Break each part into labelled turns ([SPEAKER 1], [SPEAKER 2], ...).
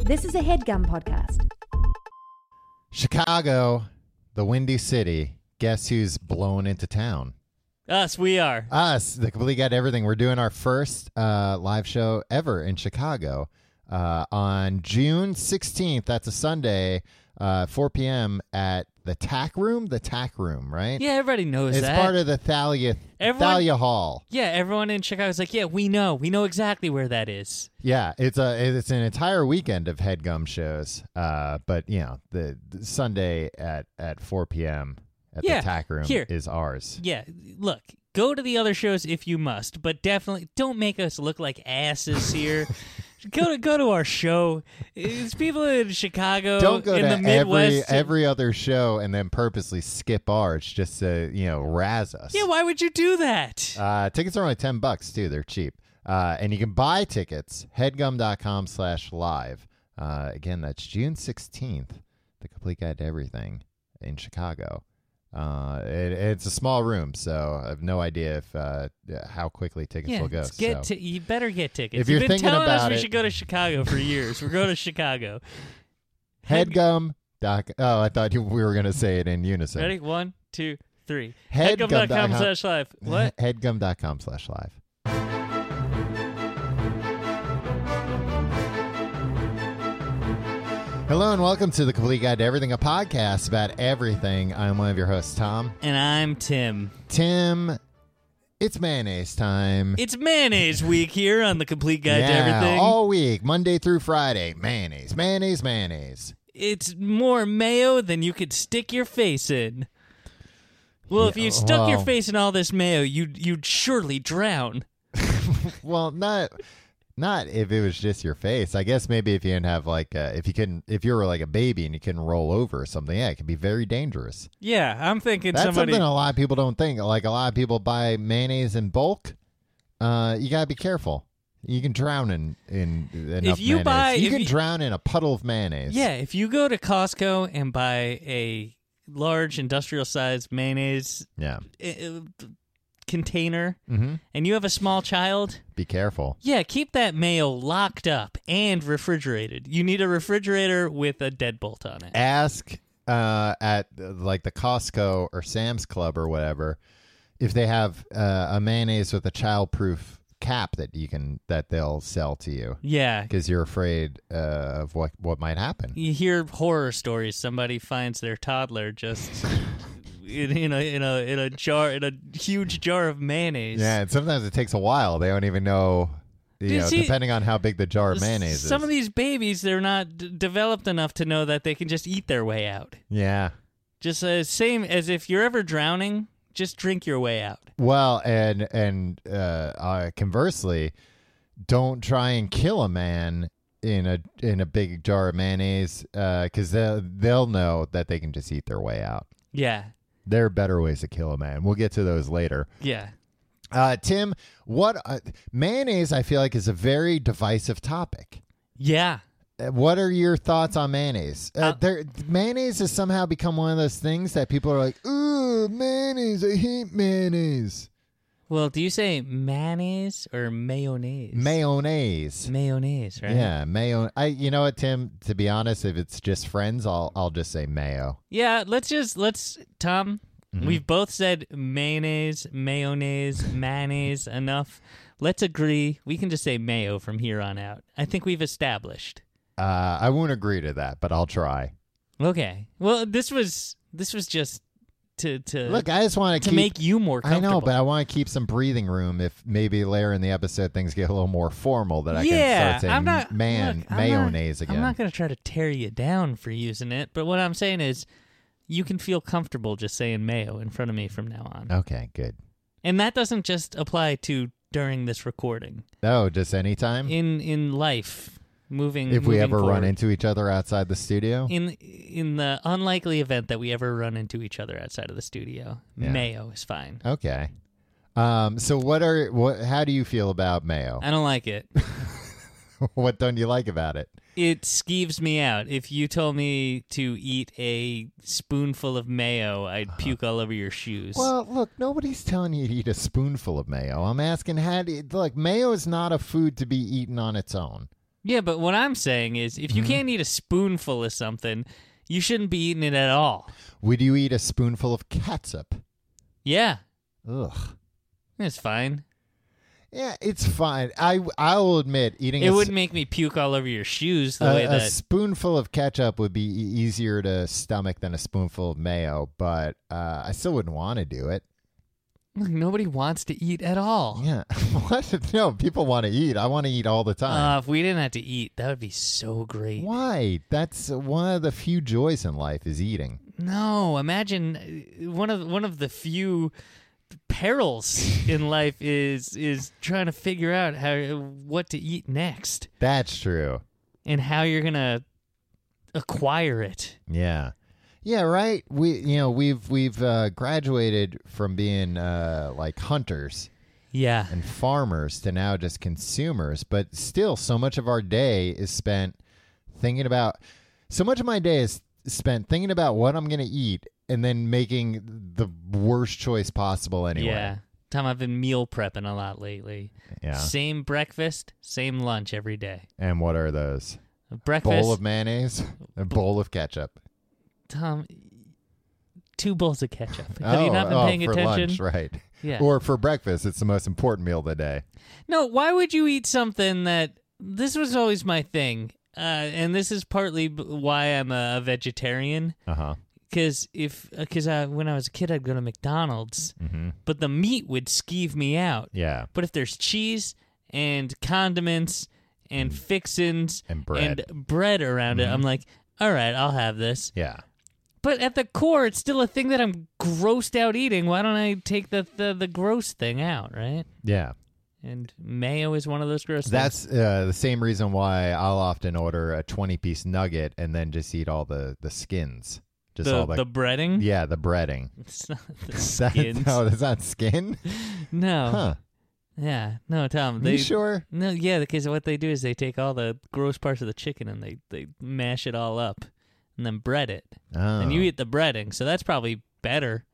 [SPEAKER 1] This is a headgum podcast.
[SPEAKER 2] Chicago, the Windy City. Guess who's blown into town?
[SPEAKER 3] Us, we are.
[SPEAKER 2] Us, the Complete Guide to Everything. We're doing our first uh, live show ever in Chicago uh, on June 16th. That's a Sunday, uh, 4 p.m. at the Tack Room. The Tack Room, right?
[SPEAKER 3] Yeah, everybody knows
[SPEAKER 2] It's
[SPEAKER 3] that.
[SPEAKER 2] part of the Thalia,
[SPEAKER 3] Everyone-
[SPEAKER 2] Thalia Hall.
[SPEAKER 3] yeah, everyone in Chicago's like, yeah, we know. We know exactly where that is.
[SPEAKER 2] Yeah, it's a it's an entire weekend of headgum shows. Uh, but you know, the, the Sunday at at 4 p.m. at
[SPEAKER 3] Yeah,
[SPEAKER 2] the Tack Room
[SPEAKER 3] here.
[SPEAKER 2] is ours.
[SPEAKER 3] Yeah, look, go to the other shows if you must, but definitely don't make us look like asses here. go to go to our show. It's people in Chicago
[SPEAKER 2] Don't go
[SPEAKER 3] in
[SPEAKER 2] to
[SPEAKER 3] the Midwest.
[SPEAKER 2] every every other show and then purposely skip ours just to you know razz us.
[SPEAKER 3] yeah, why would you do that?
[SPEAKER 2] Uh, tickets are only 10 bucks too. They're cheap. Uh, and you can buy tickets headgum.com slash live. Uh, again, that's June 16th, the complete guide to everything in Chicago. Uh, it, it's a small room, so I have no idea if uh, how quickly tickets
[SPEAKER 3] yeah,
[SPEAKER 2] will go.
[SPEAKER 3] let's get
[SPEAKER 2] so.
[SPEAKER 3] ti- you better get tickets.
[SPEAKER 2] If you're
[SPEAKER 3] have been
[SPEAKER 2] thinking
[SPEAKER 3] telling
[SPEAKER 2] about
[SPEAKER 3] us we
[SPEAKER 2] it-
[SPEAKER 3] should go to Chicago for years. We're going to Chicago.
[SPEAKER 2] headgum. Doc, oh, I thought you, we were going to say it in unison.
[SPEAKER 3] Ready? One, two, three.
[SPEAKER 2] Headgum dot com.
[SPEAKER 3] Headgum.com slash live. What?
[SPEAKER 2] Headgum.com slash live. Hello and welcome to the Complete Guide to Everything, a podcast about everything. I'm one of your hosts, Tom.
[SPEAKER 3] And I'm Tim.
[SPEAKER 2] Tim, it's mayonnaise time.
[SPEAKER 3] It's mayonnaise week here on the Complete Guide to
[SPEAKER 2] yeah, Oh.
[SPEAKER 3] Everything.
[SPEAKER 2] all week, Monday through Friday, mayonnaise, mayonnaise, mayonnaise.
[SPEAKER 3] it's more mayo than you could stick your face in. Well, if
[SPEAKER 2] Yeah,
[SPEAKER 3] you stuck your
[SPEAKER 2] well-
[SPEAKER 3] face in all this mayo, you'd you'd surely drown.
[SPEAKER 2] Well, not not if it was just your face. I guess maybe if you didn't have like uh, if you couldn't if you were like a baby and you couldn't roll over or something, yeah, it could be very dangerous.
[SPEAKER 3] Yeah, I'm thinking
[SPEAKER 2] That's
[SPEAKER 3] somebody.
[SPEAKER 2] something a lot of people don't think. Like a lot of people buy mayonnaise in bulk. Uh, you gotta be careful. You can drown in in enough
[SPEAKER 3] you
[SPEAKER 2] mayonnaise.
[SPEAKER 3] buy-
[SPEAKER 2] you
[SPEAKER 3] if
[SPEAKER 2] can
[SPEAKER 3] you-
[SPEAKER 2] drown in a puddle of mayonnaise.
[SPEAKER 3] yeah, if you go to Costco and buy a large industrial sized mayonnaise
[SPEAKER 2] yeah.
[SPEAKER 3] uh, uh, container,
[SPEAKER 2] hmm
[SPEAKER 3] and you have a small child,
[SPEAKER 2] Be careful.
[SPEAKER 3] yeah, keep that mayo locked up and refrigerated. You need a refrigerator with a deadbolt on
[SPEAKER 2] Eh.
[SPEAKER 3] it.
[SPEAKER 2] Ask uh, at uh, like the Costco or Sam's Club or whatever if they have uh, a mayonnaise with a child-proof cap that you can that they'll sell to you
[SPEAKER 3] Yeah,
[SPEAKER 2] because you're afraid uh, of what what might happen.
[SPEAKER 3] you hear horror stories. Somebody finds their toddler just in, in a in a in a jar in a huge jar of mayonnaise.
[SPEAKER 2] Yeah, and sometimes it takes a while. They don't even know, you
[SPEAKER 3] Dude,
[SPEAKER 2] know,
[SPEAKER 3] see-
[SPEAKER 2] depending on how big the jar of mayonnaise
[SPEAKER 3] Some
[SPEAKER 2] is.
[SPEAKER 3] of these babies, they're not d- developed enough to know that they can just eat their way out.
[SPEAKER 2] yeah.
[SPEAKER 3] Just uh, same as if you're ever drowning, just drink your way out.
[SPEAKER 2] Well, and and uh, uh, conversely, don't try and kill a man in a in a big jar of mayonnaise because they'll they'll know that they can just eat their way out.
[SPEAKER 3] Yeah,
[SPEAKER 2] There are better ways to kill a man. We'll get to those later.
[SPEAKER 3] yeah.
[SPEAKER 2] Uh, Tim, what uh, mayonnaise? I feel like is a very divisive topic.
[SPEAKER 3] Yeah.
[SPEAKER 2] Uh, What are your thoughts on mayonnaise? Uh,
[SPEAKER 3] Uh,
[SPEAKER 2] there, mayonnaise has somehow become one of those things that people are like, "Ooh, mayonnaise! I hate mayonnaise."
[SPEAKER 3] Well, do you say mayonnaise or mayonnaise? Mm,
[SPEAKER 2] Mayonnaise.
[SPEAKER 3] Mayonnaise, right?
[SPEAKER 2] Yeah, mayo. I, you know what, Tim? To be honest, if it's just friends, I'll, I'll just say mayo.
[SPEAKER 3] Yeah, let's just let's Tom. We've both said mayonnaise, mayonnaise, mayonnaise enough. Let's agree. We can just say mayo from here on out. I think we've established.
[SPEAKER 2] Uh, I won't agree to that, but I'll try.
[SPEAKER 3] Okay. Well, this was this was just to to
[SPEAKER 2] Look, I just want
[SPEAKER 3] Uh, to
[SPEAKER 2] keep.
[SPEAKER 3] make you more
[SPEAKER 2] I know,
[SPEAKER 3] comfortable.
[SPEAKER 2] but I want to keep some breathing room if maybe later in the episode things get a little more formal that I
[SPEAKER 3] yeah,
[SPEAKER 2] can start saying
[SPEAKER 3] I'm not
[SPEAKER 2] man
[SPEAKER 3] look, I'm not-
[SPEAKER 2] mayonnaise again.
[SPEAKER 3] I'm not going to try to tear you down for using it, but what I'm saying is you can feel comfortable just saying mayo in front of me from now on.
[SPEAKER 2] okay, good.
[SPEAKER 3] And that doesn't just apply to during this recording.
[SPEAKER 2] Oh, just anytime.
[SPEAKER 3] in in life moving
[SPEAKER 2] if we
[SPEAKER 3] moving
[SPEAKER 2] ever run
[SPEAKER 3] forward.
[SPEAKER 2] into each other outside the studio
[SPEAKER 3] in in the unlikely event that we ever run into each other outside of the studio
[SPEAKER 2] Yeah.
[SPEAKER 3] mayo is fine
[SPEAKER 2] okay um so what are what how do you feel about mayo
[SPEAKER 3] i don't like it
[SPEAKER 2] what don't you like about it
[SPEAKER 3] it skeeves me out if you told me to eat a spoonful of mayo i'd puke all over your shoes
[SPEAKER 2] Uh-huh. well look nobody's telling you to eat a spoonful of mayo i'm asking how do you look mayo is not a food to be eaten on its own
[SPEAKER 3] Yeah, but what I'm saying is if you
[SPEAKER 2] Mm-hmm.
[SPEAKER 3] can't eat a spoonful of something, you shouldn't be eating it at all.
[SPEAKER 2] Would you eat a spoonful of catsup?
[SPEAKER 3] Yeah,
[SPEAKER 2] Ugh.
[SPEAKER 3] that's fine.
[SPEAKER 2] Yeah, it's fine. I I will admit eating
[SPEAKER 3] It
[SPEAKER 2] a,
[SPEAKER 3] would
[SPEAKER 2] s-
[SPEAKER 3] make me puke all over your shoes the
[SPEAKER 2] a,
[SPEAKER 3] way
[SPEAKER 2] a
[SPEAKER 3] that.
[SPEAKER 2] spoonful of ketchup would be e- easier to stomach than a spoonful of mayo, but uh, I still wouldn't want to do it.
[SPEAKER 3] Look, nobody wants to eat at all.
[SPEAKER 2] Yeah, what? No, people want to eat. I want to eat all the time.
[SPEAKER 3] Uh, if we didn't have to eat, that would be so great.
[SPEAKER 2] Why? That's one of the few joys in life is eating.
[SPEAKER 3] No, imagine uh, one of one of the few perils in life is is trying to figure out how what to eat next
[SPEAKER 2] That's true.
[SPEAKER 3] and how you're gonna acquire it.
[SPEAKER 2] Yeah. Yeah, right. We you know, we've we've uh, graduated from being uh, like hunters
[SPEAKER 3] Yeah,
[SPEAKER 2] and farmers to now just consumers, but still so much of our day is spent thinking about so much of my day is spent thinking about what I'm going to eat and then making the worst choice possible anyway.
[SPEAKER 3] yeah. Tom, I've been meal prepping a lot lately.
[SPEAKER 2] Yeah.
[SPEAKER 3] Same breakfast, same lunch every day.
[SPEAKER 2] And what are those?
[SPEAKER 3] Breakfast,
[SPEAKER 2] Bowl of mayonnaise, a bowl of ketchup.
[SPEAKER 3] Tom, two bowls of ketchup. Have you not been
[SPEAKER 2] oh,
[SPEAKER 3] paying
[SPEAKER 2] for
[SPEAKER 3] attention?
[SPEAKER 2] lunch, right?
[SPEAKER 3] Yeah.
[SPEAKER 2] Or for breakfast, it's the most important meal of the day.
[SPEAKER 3] No, why would you eat something that this was always my thing, uh, and this is partly b- why I'm a, a vegetarian.
[SPEAKER 2] Uh huh.
[SPEAKER 3] Because if because I when I was a kid, I'd go to McDonald's,
[SPEAKER 2] Mhm.
[SPEAKER 3] but the meat would skeeve me out.
[SPEAKER 2] Yeah.
[SPEAKER 3] But if there's cheese and condiments and fixins
[SPEAKER 2] Mm. And bread. Mm-hmm.
[SPEAKER 3] and bread around it, I'm like, all right, I'll have this.
[SPEAKER 2] Yeah.
[SPEAKER 3] But at the core, it's still a thing that I'm grossed out eating. Why don't I take the the, the gross thing out, right?
[SPEAKER 2] Yeah.
[SPEAKER 3] And mayo is one of those gross things.
[SPEAKER 2] That's uh, the same reason why I'll often order a 20 piece nugget and then just eat all the, the skins. Just
[SPEAKER 3] the,
[SPEAKER 2] all
[SPEAKER 3] the,
[SPEAKER 2] the,
[SPEAKER 3] breading.
[SPEAKER 2] yeah, the breading.
[SPEAKER 3] It's not the
[SPEAKER 2] That-
[SPEAKER 3] skins.
[SPEAKER 2] no, that's not skin?
[SPEAKER 3] no.
[SPEAKER 2] Huh.
[SPEAKER 3] Yeah. No, Tom.
[SPEAKER 2] Are
[SPEAKER 3] They
[SPEAKER 2] you sure?
[SPEAKER 3] no. Yeah, because what they do is they take all the gross parts of the chicken and they they mash it all up and then bread it.
[SPEAKER 2] Oh.
[SPEAKER 3] And you eat the breading, so that's probably better.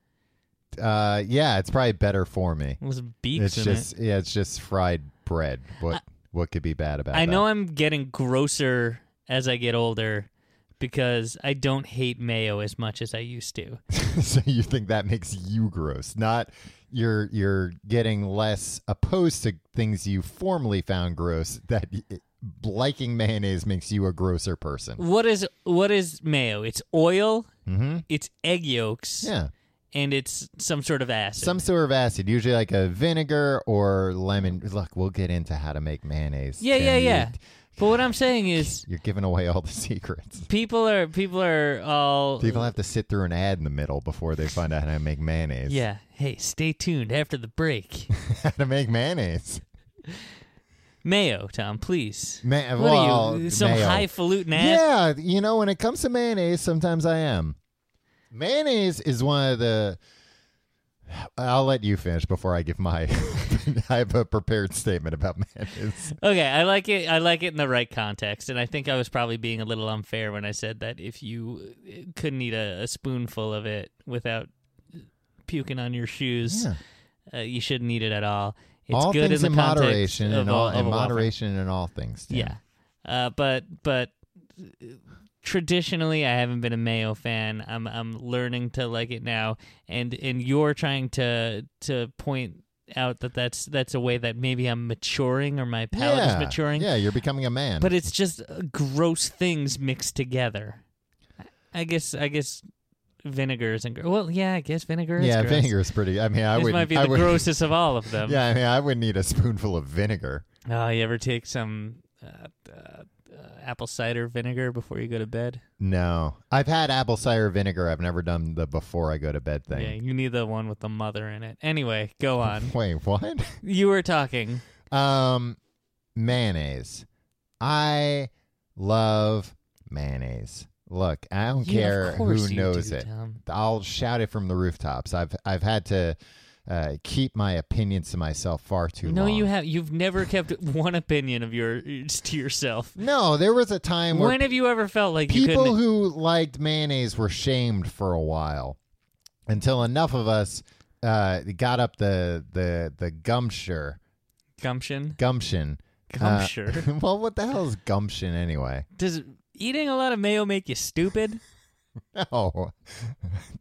[SPEAKER 2] uh, yeah, it's probably better for me.
[SPEAKER 3] It was
[SPEAKER 2] It's
[SPEAKER 3] beaks in it.
[SPEAKER 2] just yeah, it's just fried bread. What what could be bad about
[SPEAKER 3] I
[SPEAKER 2] that?
[SPEAKER 3] know I'm getting grosser as I get older because I don't hate mayo as much as I used to.
[SPEAKER 2] so you think that makes you gross not you're you're getting less opposed to things you formerly found gross that y- liking mayonnaise makes you a grosser person
[SPEAKER 3] What is what is mayo? It's oil,
[SPEAKER 2] hmm
[SPEAKER 3] it's egg yolks,
[SPEAKER 2] yeah
[SPEAKER 3] and it's some sort of acid.
[SPEAKER 2] some sort of acid usually like a vinegar or lemon look we'll get into how to make mayonnaise
[SPEAKER 3] Yeah,
[SPEAKER 2] Tim.
[SPEAKER 3] yeah,
[SPEAKER 2] You-
[SPEAKER 3] yeah. But what I'm saying is
[SPEAKER 2] you're giving away all the secrets
[SPEAKER 3] people are people are all
[SPEAKER 2] people have to sit through an ad in the middle before they find out how to make mayonnaise
[SPEAKER 3] Yeah. Hey, stay tuned after the break.
[SPEAKER 2] how to make mayonnaise
[SPEAKER 3] mayo, Tom, please.
[SPEAKER 2] Ma-
[SPEAKER 3] what
[SPEAKER 2] well,
[SPEAKER 3] are you? Some
[SPEAKER 2] mayo.
[SPEAKER 3] highfalutin ass
[SPEAKER 2] Yeah, you know, when it comes to mayonnaise, sometimes I am. Mayonnaise is one of the. I'll let you finish before I give my. I have a prepared statement about mayonnaise.
[SPEAKER 3] Okay, I like it. I like it in the right context, and I think I was probably being a little unfair when I said that if you uh, couldn't eat a, a spoonful of it without puking on your shoes,
[SPEAKER 2] Yeah.
[SPEAKER 3] uh, you shouldn't eat it at all. It's
[SPEAKER 2] all
[SPEAKER 3] good
[SPEAKER 2] things
[SPEAKER 3] in the context
[SPEAKER 2] moderation
[SPEAKER 3] of
[SPEAKER 2] and
[SPEAKER 3] a-
[SPEAKER 2] all
[SPEAKER 3] of
[SPEAKER 2] and
[SPEAKER 3] a welfare-
[SPEAKER 2] moderation in all things. Tim.
[SPEAKER 3] Yeah, uh, but but uh, traditionally, I haven't been a mayo fan. I'm I'm learning to like it now, and and you're trying to to point out that that's that's a way that maybe I'm maturing or my palate
[SPEAKER 2] yeah.
[SPEAKER 3] is maturing.
[SPEAKER 2] Yeah, you're becoming a man.
[SPEAKER 3] But it's just uh, gross things mixed together. I guess. I guess vinegar isn't. Gr- well, yeah. I guess vinegar is.
[SPEAKER 2] yeah,
[SPEAKER 3] gross.
[SPEAKER 2] vinegar is pretty. I mean, I
[SPEAKER 3] This
[SPEAKER 2] would.
[SPEAKER 3] might be
[SPEAKER 2] I
[SPEAKER 3] the
[SPEAKER 2] would,
[SPEAKER 3] grossest of all of them.
[SPEAKER 2] Yeah, I mean, I would need a spoonful of vinegar.
[SPEAKER 3] Oh, you ever take some uh, uh, uh, apple cider vinegar before you go to bed?
[SPEAKER 2] No, I've had apple cider vinegar. I've never done the before I go to bed
[SPEAKER 3] Yeah,
[SPEAKER 2] thing.
[SPEAKER 3] you need the one with the mother in it. Anyway, go on.
[SPEAKER 2] Wait, what?
[SPEAKER 3] you were talking.
[SPEAKER 2] Um, mayonnaise. I love mayonnaise. Look, I don't
[SPEAKER 3] Yeah,
[SPEAKER 2] care
[SPEAKER 3] of course
[SPEAKER 2] who
[SPEAKER 3] you
[SPEAKER 2] knows
[SPEAKER 3] do,
[SPEAKER 2] it.
[SPEAKER 3] Tom.
[SPEAKER 2] I'll shout it from the rooftops. I've I've had to uh, keep my opinions to myself far too
[SPEAKER 3] No,
[SPEAKER 2] long.
[SPEAKER 3] you have. You've never kept one opinion of yours to yourself.
[SPEAKER 2] No, there was a time where
[SPEAKER 3] When have you ever felt like you
[SPEAKER 2] people
[SPEAKER 3] couldn't? e-
[SPEAKER 2] who liked mayonnaise were shamed for a while until enough of us uh, got up the the the gumpture
[SPEAKER 3] gumption.
[SPEAKER 2] gumption Uh,
[SPEAKER 3] Gumption.
[SPEAKER 2] well, what the hell is gumption anyway?
[SPEAKER 3] Does eating a lot of mayo make you stupid?
[SPEAKER 2] No,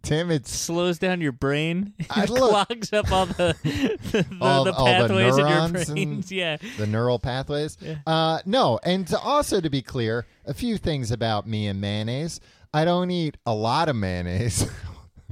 [SPEAKER 2] Tim, it's
[SPEAKER 3] Slows down your brain.
[SPEAKER 2] I
[SPEAKER 3] It
[SPEAKER 2] look-
[SPEAKER 3] clogs up all the the, the,
[SPEAKER 2] All- all the
[SPEAKER 3] the pathways in your
[SPEAKER 2] neurons and-
[SPEAKER 3] brains. Yeah.
[SPEAKER 2] the neural pathways.
[SPEAKER 3] Yeah.
[SPEAKER 2] Uh, no, and to also to be clear, a few things about me and mayonnaise. I don't eat a lot of mayonnaise.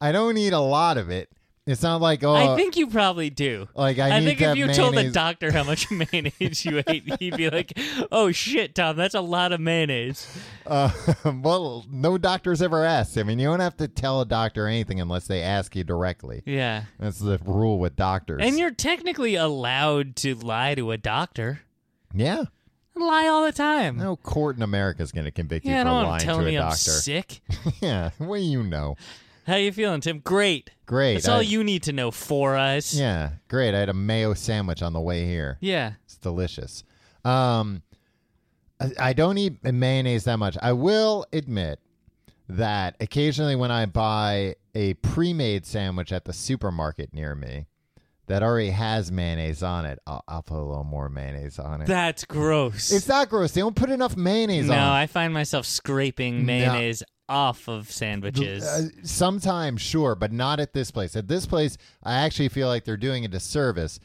[SPEAKER 2] I don't eat a lot of it. It's not like oh,
[SPEAKER 3] I think you probably do.
[SPEAKER 2] like I,
[SPEAKER 3] I,
[SPEAKER 2] need
[SPEAKER 3] think
[SPEAKER 2] to
[SPEAKER 3] if
[SPEAKER 2] have
[SPEAKER 3] you told the
[SPEAKER 2] mayonnaise-
[SPEAKER 3] doctor how much mayonnaise you ate, he'd be like, "Oh shit, Tom, that's a lot of mayonnaise."
[SPEAKER 2] Uh, well, no doctor's ever asked. I mean, you don't have to tell a doctor anything unless they ask you directly.
[SPEAKER 3] Yeah.
[SPEAKER 2] That's the rule with doctors.
[SPEAKER 3] And you're technically allowed to lie to a doctor.
[SPEAKER 2] yeah,
[SPEAKER 3] Lie all the time.
[SPEAKER 2] no court in America is going to convict
[SPEAKER 3] yeah,
[SPEAKER 2] you
[SPEAKER 3] I
[SPEAKER 2] for
[SPEAKER 3] don't want
[SPEAKER 2] lying
[SPEAKER 3] to
[SPEAKER 2] to
[SPEAKER 3] tell
[SPEAKER 2] a
[SPEAKER 3] me I'm
[SPEAKER 2] doctor.
[SPEAKER 3] sick.
[SPEAKER 2] yeah, well, you know,
[SPEAKER 3] How you feeling, Tim? Great.
[SPEAKER 2] great.
[SPEAKER 3] That's all
[SPEAKER 2] I-
[SPEAKER 3] you need to know, Four Eyes.
[SPEAKER 2] Yeah, great. I had a mayo sandwich on the way here.
[SPEAKER 3] Yeah.
[SPEAKER 2] It's delicious. Um, I, I don't eat mayonnaise that much. I will admit that occasionally when I buy a pre-made sandwich at the supermarket near me that already has mayonnaise on it, I'll, I'll put a little more mayonnaise on it.
[SPEAKER 3] That's gross.
[SPEAKER 2] it's not gross. They don't put enough mayonnaise
[SPEAKER 3] no,
[SPEAKER 2] on. it.
[SPEAKER 3] I find myself scraping mayonnaise off of sandwiches.
[SPEAKER 2] Uh, sometimes, sure, but not at this place. At this place, I actually feel like they're doing a disservice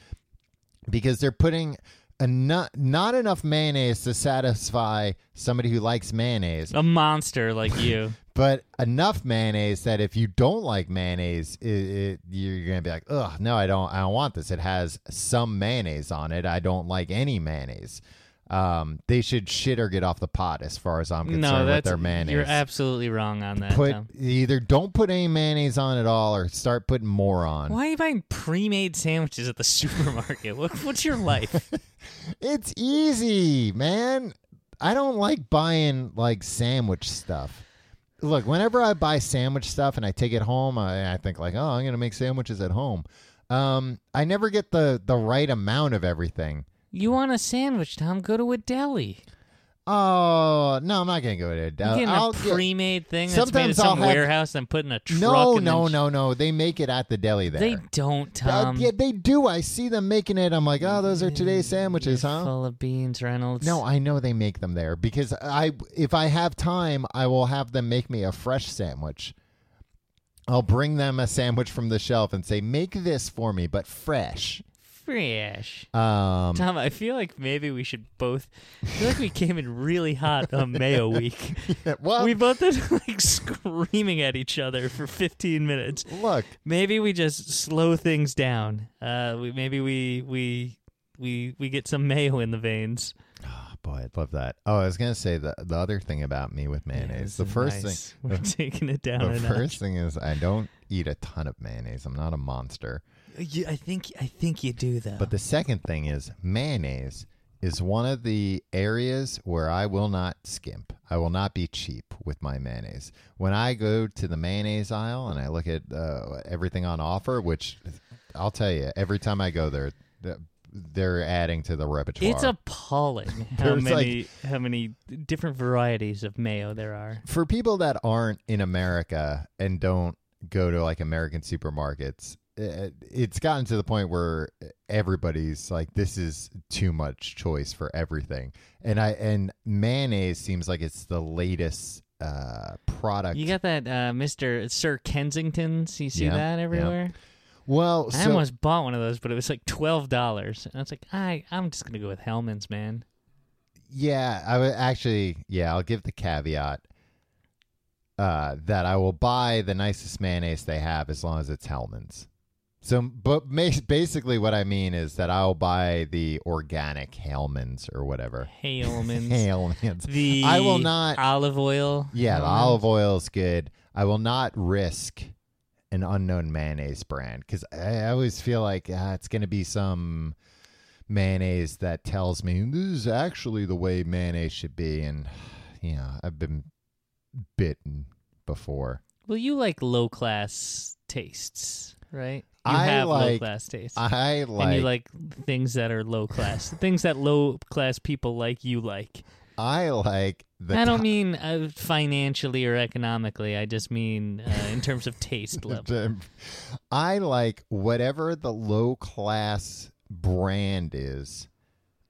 [SPEAKER 2] because they're putting enough, not enough mayonnaise to satisfy somebody who likes mayonnaise,
[SPEAKER 3] a monster like you.
[SPEAKER 2] but enough mayonnaise that if you don't like mayonnaise, it, it, you're gonna be like, "Ugh, no, I don't. I don't want this. It has some mayonnaise on it. I don't like any mayonnaise." Um, they should shit or get off the pot, as far as I'm concerned,
[SPEAKER 3] no,
[SPEAKER 2] with
[SPEAKER 3] that's
[SPEAKER 2] their mayonnaise
[SPEAKER 3] you're absolutely wrong on that.
[SPEAKER 2] put
[SPEAKER 3] Tom.
[SPEAKER 2] either don't put any mayonnaise on at all or start putting more on.
[SPEAKER 3] Why are you buying pre-made sandwiches at the supermarket? what, what's your life?
[SPEAKER 2] It's easy, man. I don't like buying like sandwich stuff. Look, whenever I buy sandwich stuff and I take it home, I, I think like, oh, I'm gonna make sandwiches at home. Um, I never get the the right amount of everything.
[SPEAKER 3] You want a sandwich, Tom? Go to a deli.
[SPEAKER 2] Oh no, I'm not gonna go to.
[SPEAKER 3] You getting
[SPEAKER 2] I'll
[SPEAKER 3] a
[SPEAKER 2] get-
[SPEAKER 3] pre-made thing that's made at
[SPEAKER 2] Sometimes I'll
[SPEAKER 3] some
[SPEAKER 2] have-
[SPEAKER 3] warehouse and put in a truck.
[SPEAKER 2] no,
[SPEAKER 3] and
[SPEAKER 2] no,
[SPEAKER 3] then-
[SPEAKER 2] no, no. They make it at the deli there.
[SPEAKER 3] They don't,
[SPEAKER 2] Uh,
[SPEAKER 3] Tom.
[SPEAKER 2] yeah, they do. I see them making it. I'm like, oh, those are today's sandwiches,
[SPEAKER 3] You're
[SPEAKER 2] huh?
[SPEAKER 3] Full of beans, Reynolds.
[SPEAKER 2] No, I know they make them there because I if I have time, I will have them make me a fresh sandwich. I'll bring them a sandwich from the shelf and say, "Make this for me, but fresh."
[SPEAKER 3] fresh.
[SPEAKER 2] Um,
[SPEAKER 3] Tom, I feel like maybe we should both. I feel like we came in really hot on Mayo Week.
[SPEAKER 2] well,
[SPEAKER 3] We both been like screaming at each other for 15 minutes.
[SPEAKER 2] look,
[SPEAKER 3] Maybe we just slow things down. Uh, we, maybe we we we we get some mayo in the veins.
[SPEAKER 2] oh, boy, I'd love that. Oh, I was gonna say the the other thing about me with mayonnaise. the first
[SPEAKER 3] thing we're taking it down.
[SPEAKER 2] thing,
[SPEAKER 3] a
[SPEAKER 2] the
[SPEAKER 3] notch.
[SPEAKER 2] first thing is I don't eat a ton of mayonnaise. I'm not a monster.
[SPEAKER 3] You- I think I think you do though.
[SPEAKER 2] But the second thing is mayonnaise is one of the areas where I will not skimp. I will not be cheap with my mayonnaise. When I go to the mayonnaise aisle and I look at uh, everything on offer, which I'll tell you, every time I go there, th- they're adding to the repertoire.
[SPEAKER 3] it's appalling how
[SPEAKER 2] There's,
[SPEAKER 3] many how many different varieties of mayo there are.
[SPEAKER 2] for people that aren't in America and don't go to like American supermarkets, it- it's gotten to the point where everybody's like, "This is too much choice for everything," and I and mayonnaise seems like it's the latest uh, product.
[SPEAKER 3] You got that, uh, Mister Sir Kensington's. You see
[SPEAKER 2] Yeah,
[SPEAKER 3] that
[SPEAKER 2] yeah.
[SPEAKER 3] everywhere.
[SPEAKER 2] well,
[SPEAKER 3] I
[SPEAKER 2] so-
[SPEAKER 3] almost bought one of those, but it was like twelve dollars, and I was like, I I'm just gonna go with Hellman's, man.
[SPEAKER 2] Yeah, I would actually. Yeah, I'll give the caveat uh, that I will buy the nicest mayonnaise they have as long as it's Hellman's. So, but ma- basically, what I mean is that I'll buy the organic Hellman's or whatever.
[SPEAKER 3] Hellman's.
[SPEAKER 2] Hellman's.
[SPEAKER 3] The
[SPEAKER 2] I will not-
[SPEAKER 3] olive oil. Mm-hmm.
[SPEAKER 2] Yeah, the
[SPEAKER 3] Hellman's.
[SPEAKER 2] olive oil is good. I will not risk an unknown mayonnaise brand because I I always feel like ah, it's going to be some mayonnaise that tells me this is actually the way mayonnaise should be. And, you know, I've been bitten before.
[SPEAKER 3] Well, you like low class tastes, right? You
[SPEAKER 2] I
[SPEAKER 3] have low
[SPEAKER 2] like-
[SPEAKER 3] class tastes,
[SPEAKER 2] I like,
[SPEAKER 3] and you like things that are low class, things that low class people like. You like.
[SPEAKER 2] I like the.
[SPEAKER 3] I don't
[SPEAKER 2] ti-
[SPEAKER 3] mean uh, financially or economically. I just mean uh, in terms of taste level.
[SPEAKER 2] I like whatever the low class brand is.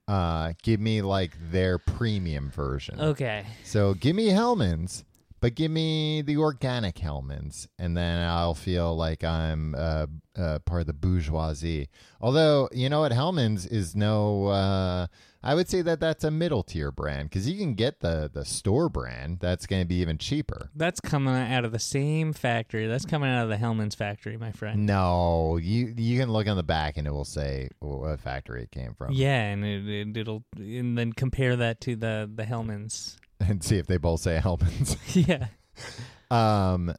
[SPEAKER 2] Uh, give me like their premium version.
[SPEAKER 3] Okay.
[SPEAKER 2] So give me Hellman's, but give me the organic Hellman's, and then I'll feel like I'm uh, uh, part of the bourgeoisie. Although you know what, Hellman's is no. Uh, I would say that that's a middle tier brand because you can get the the store brand that's going to be even cheaper.
[SPEAKER 3] That's coming out of the same factory. That's coming out of the Hellman's factory, my friend.
[SPEAKER 2] No, you you can look on the back and it will say what factory it came from.
[SPEAKER 3] Yeah, and it, it, it'll and then compare that to the the Hellman's.
[SPEAKER 2] and see if they both say Hellman's.
[SPEAKER 3] yeah.
[SPEAKER 2] Um,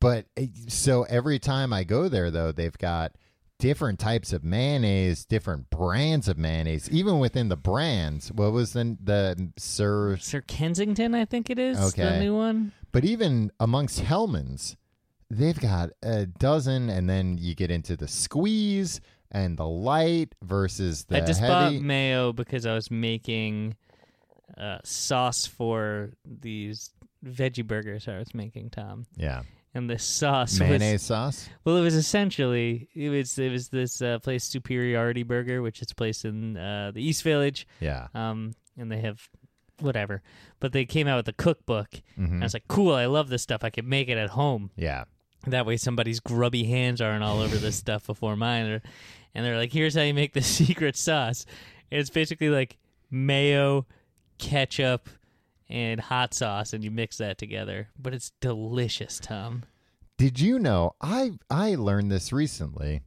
[SPEAKER 2] but eh, so every time I go there, though, they've got different types of mayonnaise, different brands of mayonnaise, even within the brands. What was the the Sir?
[SPEAKER 3] Sir Kensington, I think it is
[SPEAKER 2] Okay.
[SPEAKER 3] the new one.
[SPEAKER 2] But even amongst Hellman's, they've got a dozen, and then you get into the squeeze and the light versus the
[SPEAKER 3] I just
[SPEAKER 2] heavy.
[SPEAKER 3] bought mm, mayo because I was making uh, sauce for these veggie burgers I was making, Tom.
[SPEAKER 2] yeah,
[SPEAKER 3] And this sauce was
[SPEAKER 2] mayonnaise sauce.
[SPEAKER 3] Well, it was essentially it was it was this uh, place Superiority Burger, which is placed in uh, the East Village,
[SPEAKER 2] Yeah,
[SPEAKER 3] um, and they have whatever. But they came out with a cookbook, and
[SPEAKER 2] hmm
[SPEAKER 3] I was like, "Cool, I love this stuff. I can make it at home.
[SPEAKER 2] yeah.
[SPEAKER 3] That way, somebody's grubby hands aren't all over this stuff before mine." Or, and they're like, "Here's how you make the secret sauce." And it's basically like mayo, ketchup, and hot sauce, and you mix that together. But it's delicious, Tom.
[SPEAKER 2] Did you know I I learned this recently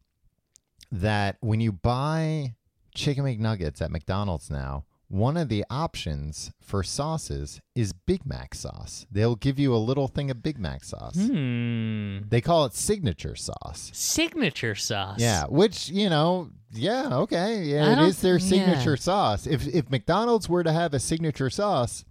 [SPEAKER 2] that when you buy chicken McNuggets at McDonald's now, one of the options for sauces is Big Mac sauce. They'll give you a little thing of Big Mac sauce.
[SPEAKER 3] Hmm.
[SPEAKER 2] They call it signature sauce.
[SPEAKER 3] signature sauce.
[SPEAKER 2] Yeah, which, you know, yeah, okay.
[SPEAKER 3] I
[SPEAKER 2] Yeah, it
[SPEAKER 3] don't-
[SPEAKER 2] is their
[SPEAKER 3] yeah.
[SPEAKER 2] signature sauce. If if McDonald's were to have a signature sauce,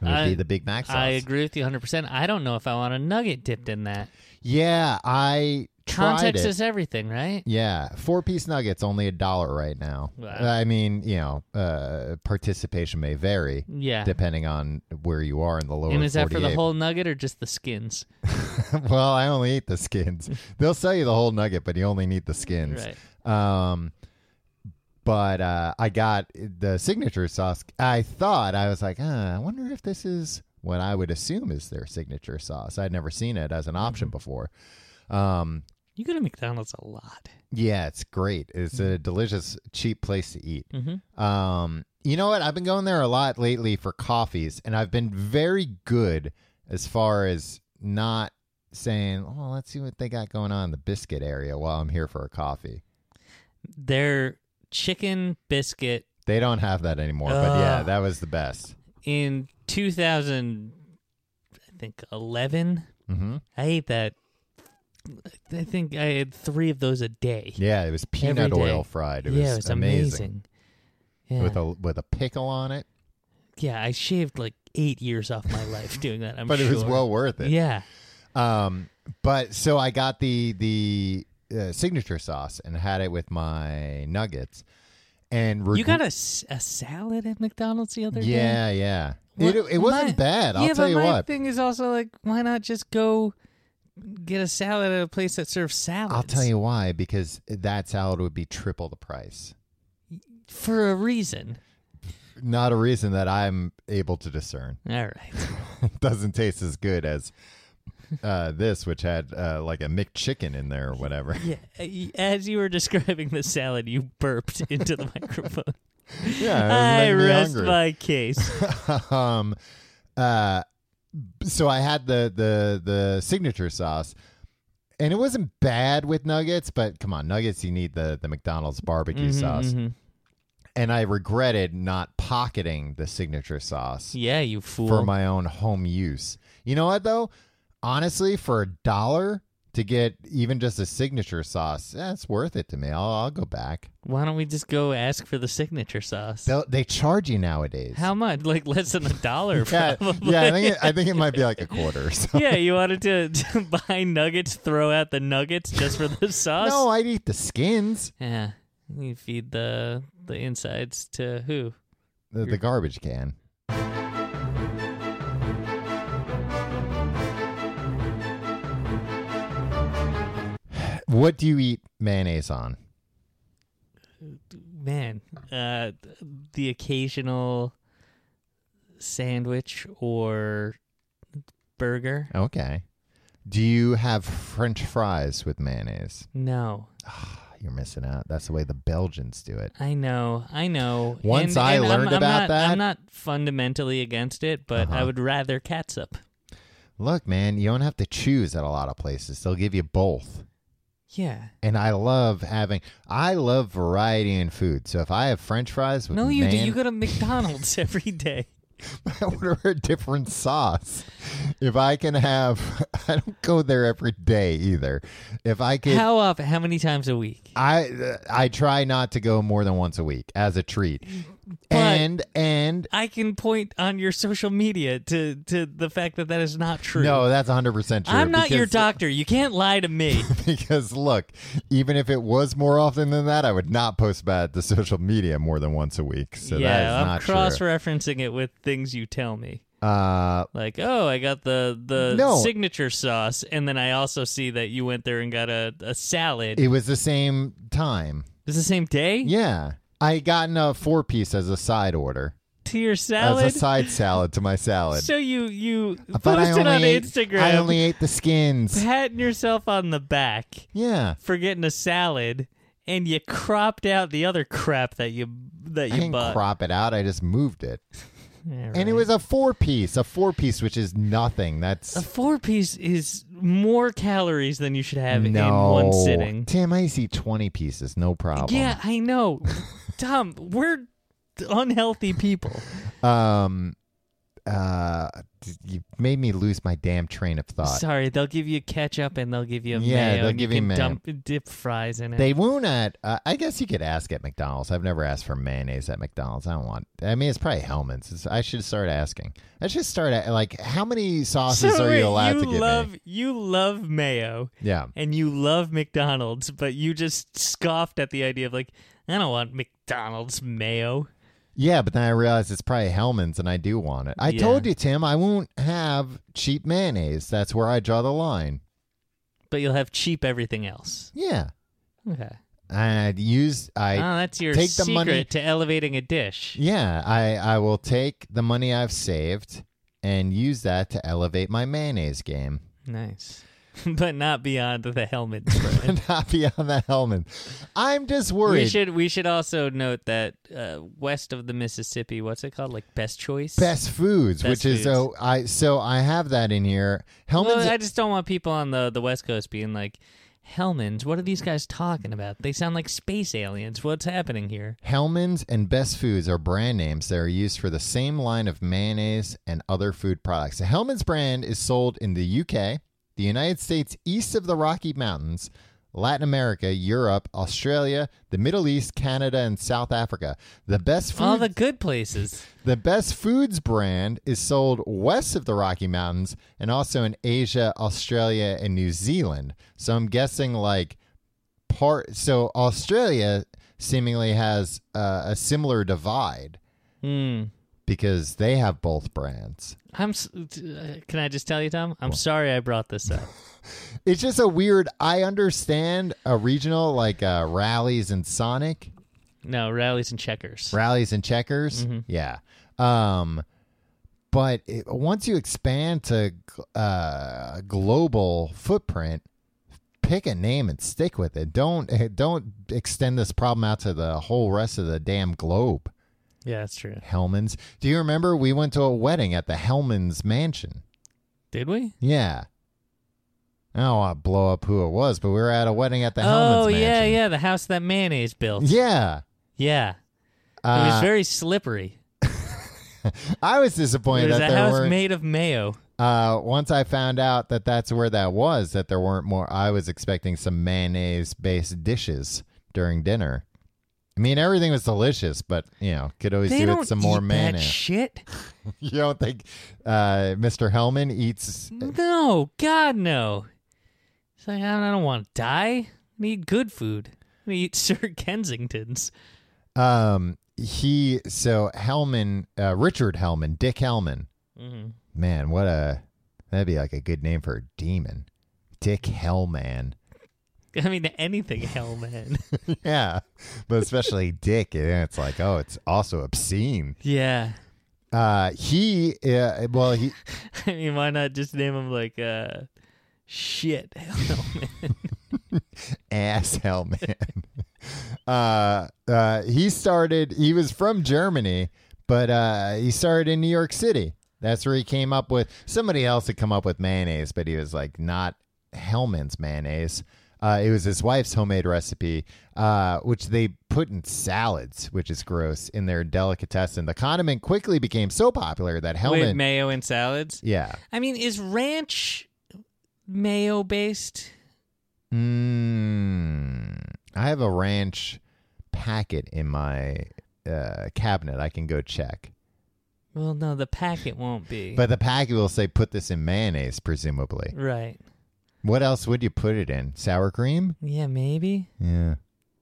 [SPEAKER 2] it would
[SPEAKER 3] I-
[SPEAKER 2] be the Big Mac sauce.
[SPEAKER 3] I agree with you 100%. I don't know if I want a nugget dipped in that.
[SPEAKER 2] Yeah, I tried
[SPEAKER 3] Context
[SPEAKER 2] it.
[SPEAKER 3] is everything, right?
[SPEAKER 2] Yeah, four piece nuggets only a dollar right now.
[SPEAKER 3] Wow.
[SPEAKER 2] I mean, you know, uh, participation may vary
[SPEAKER 3] Yeah.
[SPEAKER 2] depending on where you are in the lower.
[SPEAKER 3] and is that for the
[SPEAKER 2] 48.
[SPEAKER 3] whole nugget or just the skins?
[SPEAKER 2] well, I only eat the skins. They'll sell you the whole nugget, but you only need the skins.
[SPEAKER 3] Right.
[SPEAKER 2] Um, but uh, I got the signature sauce. I thought I was like, huh, I wonder if this is what I would assume is their signature sauce. I'd never seen it as an option
[SPEAKER 3] Mm-hmm.
[SPEAKER 2] before. Um,
[SPEAKER 3] You go to McDonald's a lot.
[SPEAKER 2] Yeah, it's great. It's a
[SPEAKER 3] Mm-hmm.
[SPEAKER 2] delicious, cheap place to eat.
[SPEAKER 3] Mhm.
[SPEAKER 2] Um, you know what? I've been going there a lot lately for coffees, and I've been very good as far as not saying, "Oh, let's see what they got going on in the biscuit area while I'm here for a coffee."
[SPEAKER 3] Their chicken biscuit
[SPEAKER 2] They don't have that anymore, but yeah,
[SPEAKER 3] Ugh.
[SPEAKER 2] that was the best.
[SPEAKER 3] in 2000 I think 11.
[SPEAKER 2] hmm
[SPEAKER 3] I ate that I think I had 3 of those a day.
[SPEAKER 2] Yeah, it was
[SPEAKER 3] Every
[SPEAKER 2] peanut
[SPEAKER 3] day.
[SPEAKER 2] oil fried. It
[SPEAKER 3] yeah,
[SPEAKER 2] was
[SPEAKER 3] it was amazing. Yeah.
[SPEAKER 2] with a with a pickle on it,
[SPEAKER 3] yeah, I shaved like 8 years off my life doing that. I'm
[SPEAKER 2] but it was
[SPEAKER 3] sure.
[SPEAKER 2] well worth it.
[SPEAKER 3] Yeah.
[SPEAKER 2] Um, but so I got the the uh, signature sauce and had it with my nuggets. And reg-
[SPEAKER 3] You got a, s- a salad at McDonald's the other day?
[SPEAKER 2] yeah, yeah. It,
[SPEAKER 3] What-
[SPEAKER 2] it wasn't
[SPEAKER 3] my-
[SPEAKER 2] bad. I'll
[SPEAKER 3] yeah,
[SPEAKER 2] tell
[SPEAKER 3] but
[SPEAKER 2] you
[SPEAKER 3] my
[SPEAKER 2] what.
[SPEAKER 3] thing is also like, why not just go get a salad at a place that serves salads?
[SPEAKER 2] I'll tell you why because that salad would be triple the price.
[SPEAKER 3] For a reason.
[SPEAKER 2] Not a reason that I'm able to discern.
[SPEAKER 3] All right.
[SPEAKER 2] It doesn't taste as good as uh, this, which had uh, like a McChicken in there or whatever.
[SPEAKER 3] Yeah. y- As you were describing the salad, you burped into the microphone.
[SPEAKER 2] yeah,
[SPEAKER 3] I
[SPEAKER 2] it was making me
[SPEAKER 3] rest
[SPEAKER 2] hungry.
[SPEAKER 3] my case.
[SPEAKER 2] um uh so I had the the the signature sauce and it wasn't bad with nuggets but come on nuggets you need the the McDonald's barbecue
[SPEAKER 3] Mhm,
[SPEAKER 2] sauce
[SPEAKER 3] mhm.
[SPEAKER 2] and I regretted not pocketing the signature sauce
[SPEAKER 3] Yeah, you fool.
[SPEAKER 2] for my own home use. You know what though? Honestly, for a dollar to get even just a signature sauce, that's worth it to me. I'll, I'll go back.
[SPEAKER 3] why don't we just go ask for the signature sauce?
[SPEAKER 2] They'll, they charge you nowadays.
[SPEAKER 3] How much? Like less than a dollar,
[SPEAKER 2] yeah,
[SPEAKER 3] probably.
[SPEAKER 2] yeah, I think it, I think it might be like a quarter. Or something.
[SPEAKER 3] yeah, you wanted to, to buy nuggets, throw out the nuggets just for the sauce.
[SPEAKER 2] No, I'd eat the skins,
[SPEAKER 3] Yeah, you feed the the insides to who?
[SPEAKER 2] the, the garbage can. What do you eat mayonnaise on?
[SPEAKER 3] man, uh, the occasional sandwich or burger.
[SPEAKER 2] Okay. Do you have French fries with mayonnaise?
[SPEAKER 3] No,
[SPEAKER 2] You're missing out. That's the way the Belgians do it.
[SPEAKER 3] I know, I know.
[SPEAKER 2] Once I
[SPEAKER 3] I'm-
[SPEAKER 2] learned
[SPEAKER 3] I'm
[SPEAKER 2] about
[SPEAKER 3] not-
[SPEAKER 2] that-
[SPEAKER 3] I'm not fundamentally against it, but I
[SPEAKER 2] Uh-huh.
[SPEAKER 3] would rather catsup.
[SPEAKER 2] Look, man, you don't have to choose at a lot of places. They'll give you both.
[SPEAKER 3] Yeah.
[SPEAKER 2] And I love having I love variety in food. So if I have French fries with
[SPEAKER 3] No, you do.
[SPEAKER 2] mayon-
[SPEAKER 3] You go to McDonald's every day.
[SPEAKER 2] I order a different sauce. If I can have I don't go there every day either. If I could
[SPEAKER 3] How often? How many times a week?
[SPEAKER 2] I uh, I try not to go more than once a week as a treat.
[SPEAKER 3] But-
[SPEAKER 2] and and
[SPEAKER 3] I can point on your social media to to the fact that that is not true.
[SPEAKER 2] no, that's 100% true.
[SPEAKER 3] I'm not your
[SPEAKER 2] because- uh,
[SPEAKER 3] doctor. You can't lie to me.
[SPEAKER 2] because look, even if it was more often than that, I would not post about it to social media more than once a week. So that is
[SPEAKER 3] yeah, I'm
[SPEAKER 2] not
[SPEAKER 3] cross-referencing it with things you tell me.
[SPEAKER 2] true. Uh,
[SPEAKER 3] Like, oh, I got the the
[SPEAKER 2] No.
[SPEAKER 3] signature sauce, and then I also see that you went there and got a, a salad.
[SPEAKER 2] it was the same time.
[SPEAKER 3] it's the same day
[SPEAKER 2] Yeah, I had gotten a four piece as a side order,
[SPEAKER 3] to your salad.
[SPEAKER 2] as a side salad to my salad. Uh,
[SPEAKER 3] So you you posted
[SPEAKER 2] but I only
[SPEAKER 3] on
[SPEAKER 2] ate,
[SPEAKER 3] Instagram,
[SPEAKER 2] I only ate the skins.
[SPEAKER 3] patting yourself on the back.
[SPEAKER 2] Yeah,
[SPEAKER 3] for getting a salad and you cropped out the other crap that you that
[SPEAKER 2] I
[SPEAKER 3] you
[SPEAKER 2] didn't
[SPEAKER 3] bought.
[SPEAKER 2] crop it out. I just moved it,
[SPEAKER 3] Yeah,
[SPEAKER 2] and it
[SPEAKER 3] right.
[SPEAKER 2] was a four piece, a four piece, which is nothing. That's
[SPEAKER 3] a four piece is more calories than you should have
[SPEAKER 2] no.
[SPEAKER 3] in one sitting.
[SPEAKER 2] Tim, I used to eat twenty pieces, no problem.
[SPEAKER 3] Yeah, I know. Tom, we're unhealthy people.
[SPEAKER 2] Um, uh, d- you made me lose my damn train of thought.
[SPEAKER 3] Sorry, they'll give you ketchup and they'll give you
[SPEAKER 2] Yeah,
[SPEAKER 3] mayo
[SPEAKER 2] they'll
[SPEAKER 3] and
[SPEAKER 2] give you
[SPEAKER 3] you can
[SPEAKER 2] mayo.
[SPEAKER 3] dump dip fries in it.
[SPEAKER 2] They won't at. Uh, I guess you could ask at McDonald's. I've never asked for mayonnaise at McDonald's. I don't want. I mean, it's probably Hellman's. It's, I should start asking. I should start at like how many sauces
[SPEAKER 3] so
[SPEAKER 2] are
[SPEAKER 3] wait,
[SPEAKER 2] you allowed to give
[SPEAKER 3] love
[SPEAKER 2] me?
[SPEAKER 3] you love mayo
[SPEAKER 2] Yeah.
[SPEAKER 3] and you love McDonald's, but you just scoffed at the idea of like, I don't want McDonald's mayo.
[SPEAKER 2] Yeah, but then I realized it's probably Hellman's, and I do want it. I
[SPEAKER 3] Yeah.
[SPEAKER 2] told you, Tim, I won't have cheap mayonnaise. That's where I draw the line.
[SPEAKER 3] but you'll have cheap everything else.
[SPEAKER 2] Yeah,
[SPEAKER 3] Okay.
[SPEAKER 2] I use I
[SPEAKER 3] oh, that's your
[SPEAKER 2] take the
[SPEAKER 3] secret
[SPEAKER 2] money-
[SPEAKER 3] to elevating a dish.
[SPEAKER 2] Yeah, I, I will take the money I've saved and use that to elevate my mayonnaise game.
[SPEAKER 3] Nice. but not beyond the helmet.
[SPEAKER 2] Not beyond the helmet. I'm just
[SPEAKER 3] we
[SPEAKER 2] worried.
[SPEAKER 3] should we should also note that uh, west of the Mississippi, what's it called? Like best choice?
[SPEAKER 2] Best foods,
[SPEAKER 3] Best
[SPEAKER 2] which is
[SPEAKER 3] foods.
[SPEAKER 2] oh, I so I have that in here. Hellman's
[SPEAKER 3] Well, I just don't want people on the, the West Coast being like, Hellman's, what are these guys talking about? They sound like space aliens. What's happening here?
[SPEAKER 2] Hellman's and Best Foods are brand names that are used for the same line of mayonnaise and other food products. The Hellman's brand is sold in the UK, the United States east of the Rocky Mountains, Latin America, Europe, Australia, the Middle East, Canada, and South Africa. The Best
[SPEAKER 3] All
[SPEAKER 2] Foods,
[SPEAKER 3] the
[SPEAKER 2] the-,
[SPEAKER 3] good places.
[SPEAKER 2] Best Foods brand is sold west of the Rocky Mountains and also in Asia, Australia, and New Zealand. So I'm guessing like part so Australia seemingly has uh, a similar divide
[SPEAKER 3] Hmm.
[SPEAKER 2] because they have both brands.
[SPEAKER 3] I'm. s- t- uh, Can I just tell you, Tom? I'm sorry I brought this up.
[SPEAKER 2] It's just a weird. I understand a regional like uh, rallies and Sonic
[SPEAKER 3] No, rallies and checkers.
[SPEAKER 2] rallies and checkers.
[SPEAKER 3] Mm-hmm.
[SPEAKER 2] Yeah. Um, but it, once you expand to uh, global footprint, pick a name and stick with it. Don't eh, don't extend this problem out to the whole rest of the damn globe.
[SPEAKER 3] Yeah, that's true.
[SPEAKER 2] Hellman's. Do you remember we went to a wedding at the Hellman's mansion?
[SPEAKER 3] Did we?
[SPEAKER 2] Yeah. I don't want to blow up who it was, but we were at a wedding at the Hellman's
[SPEAKER 3] oh yeah,
[SPEAKER 2] mansion.
[SPEAKER 3] yeah, the house that mayonnaise built.
[SPEAKER 2] yeah.
[SPEAKER 3] Yeah, it
[SPEAKER 2] Uh,
[SPEAKER 3] was very slippery.
[SPEAKER 2] I was
[SPEAKER 3] It
[SPEAKER 2] disappointed
[SPEAKER 3] was
[SPEAKER 2] that
[SPEAKER 3] a
[SPEAKER 2] there
[SPEAKER 3] house
[SPEAKER 2] weren't.
[SPEAKER 3] made of mayo.
[SPEAKER 2] uh, once I found out that that's where that was, that there weren't more. I was expecting some mayonnaise-based dishes during dinner. I mean, everything was delicious, but you know, could always
[SPEAKER 3] They
[SPEAKER 2] do
[SPEAKER 3] don't
[SPEAKER 2] with some more
[SPEAKER 3] eat that
[SPEAKER 2] mayonnaise.
[SPEAKER 3] shit.
[SPEAKER 2] you don't think uh, Mr. Hellman eats?
[SPEAKER 3] No, God no. It's like I don't, I don't want to die. I need good food. I need eat Sir Kensington's.
[SPEAKER 2] Um, he so Hellman, uh, Richard Hellman, Dick Hellman.
[SPEAKER 3] Mhm.
[SPEAKER 2] Man, what a that'd be like a good name for a demon. Dick Hellman.
[SPEAKER 3] I mean, anything hell, man.
[SPEAKER 2] yeah, but especially dick. And it's like, oh, it's also obscene.
[SPEAKER 3] yeah.
[SPEAKER 2] Uh, he, uh, well, he,
[SPEAKER 3] I mean, why not just name him like uh, shit hell, man?
[SPEAKER 2] ass hell man. uh, uh, he started. He was from Germany, but uh, he started in New York City. That's where he came up with. Somebody else had come up with mayonnaise, but he was like not Hellman's mayonnaise. Uh, it was his wife's homemade recipe, uh, which they put in salads, which is gross, in their delicatessen. The condiment quickly became so popular that
[SPEAKER 3] With
[SPEAKER 2] Hellman,
[SPEAKER 3] mayo and salads.
[SPEAKER 2] yeah,
[SPEAKER 3] I mean, is ranch mayo based?
[SPEAKER 2] Mm, I have a ranch packet in my uh, cabinet. I can go check.
[SPEAKER 3] Well, no, the packet won't be.
[SPEAKER 2] But the packet will say put this in mayonnaise, presumably.
[SPEAKER 3] right.
[SPEAKER 2] What else would you put it in? Sour cream?
[SPEAKER 3] Yeah, maybe.
[SPEAKER 2] Yeah.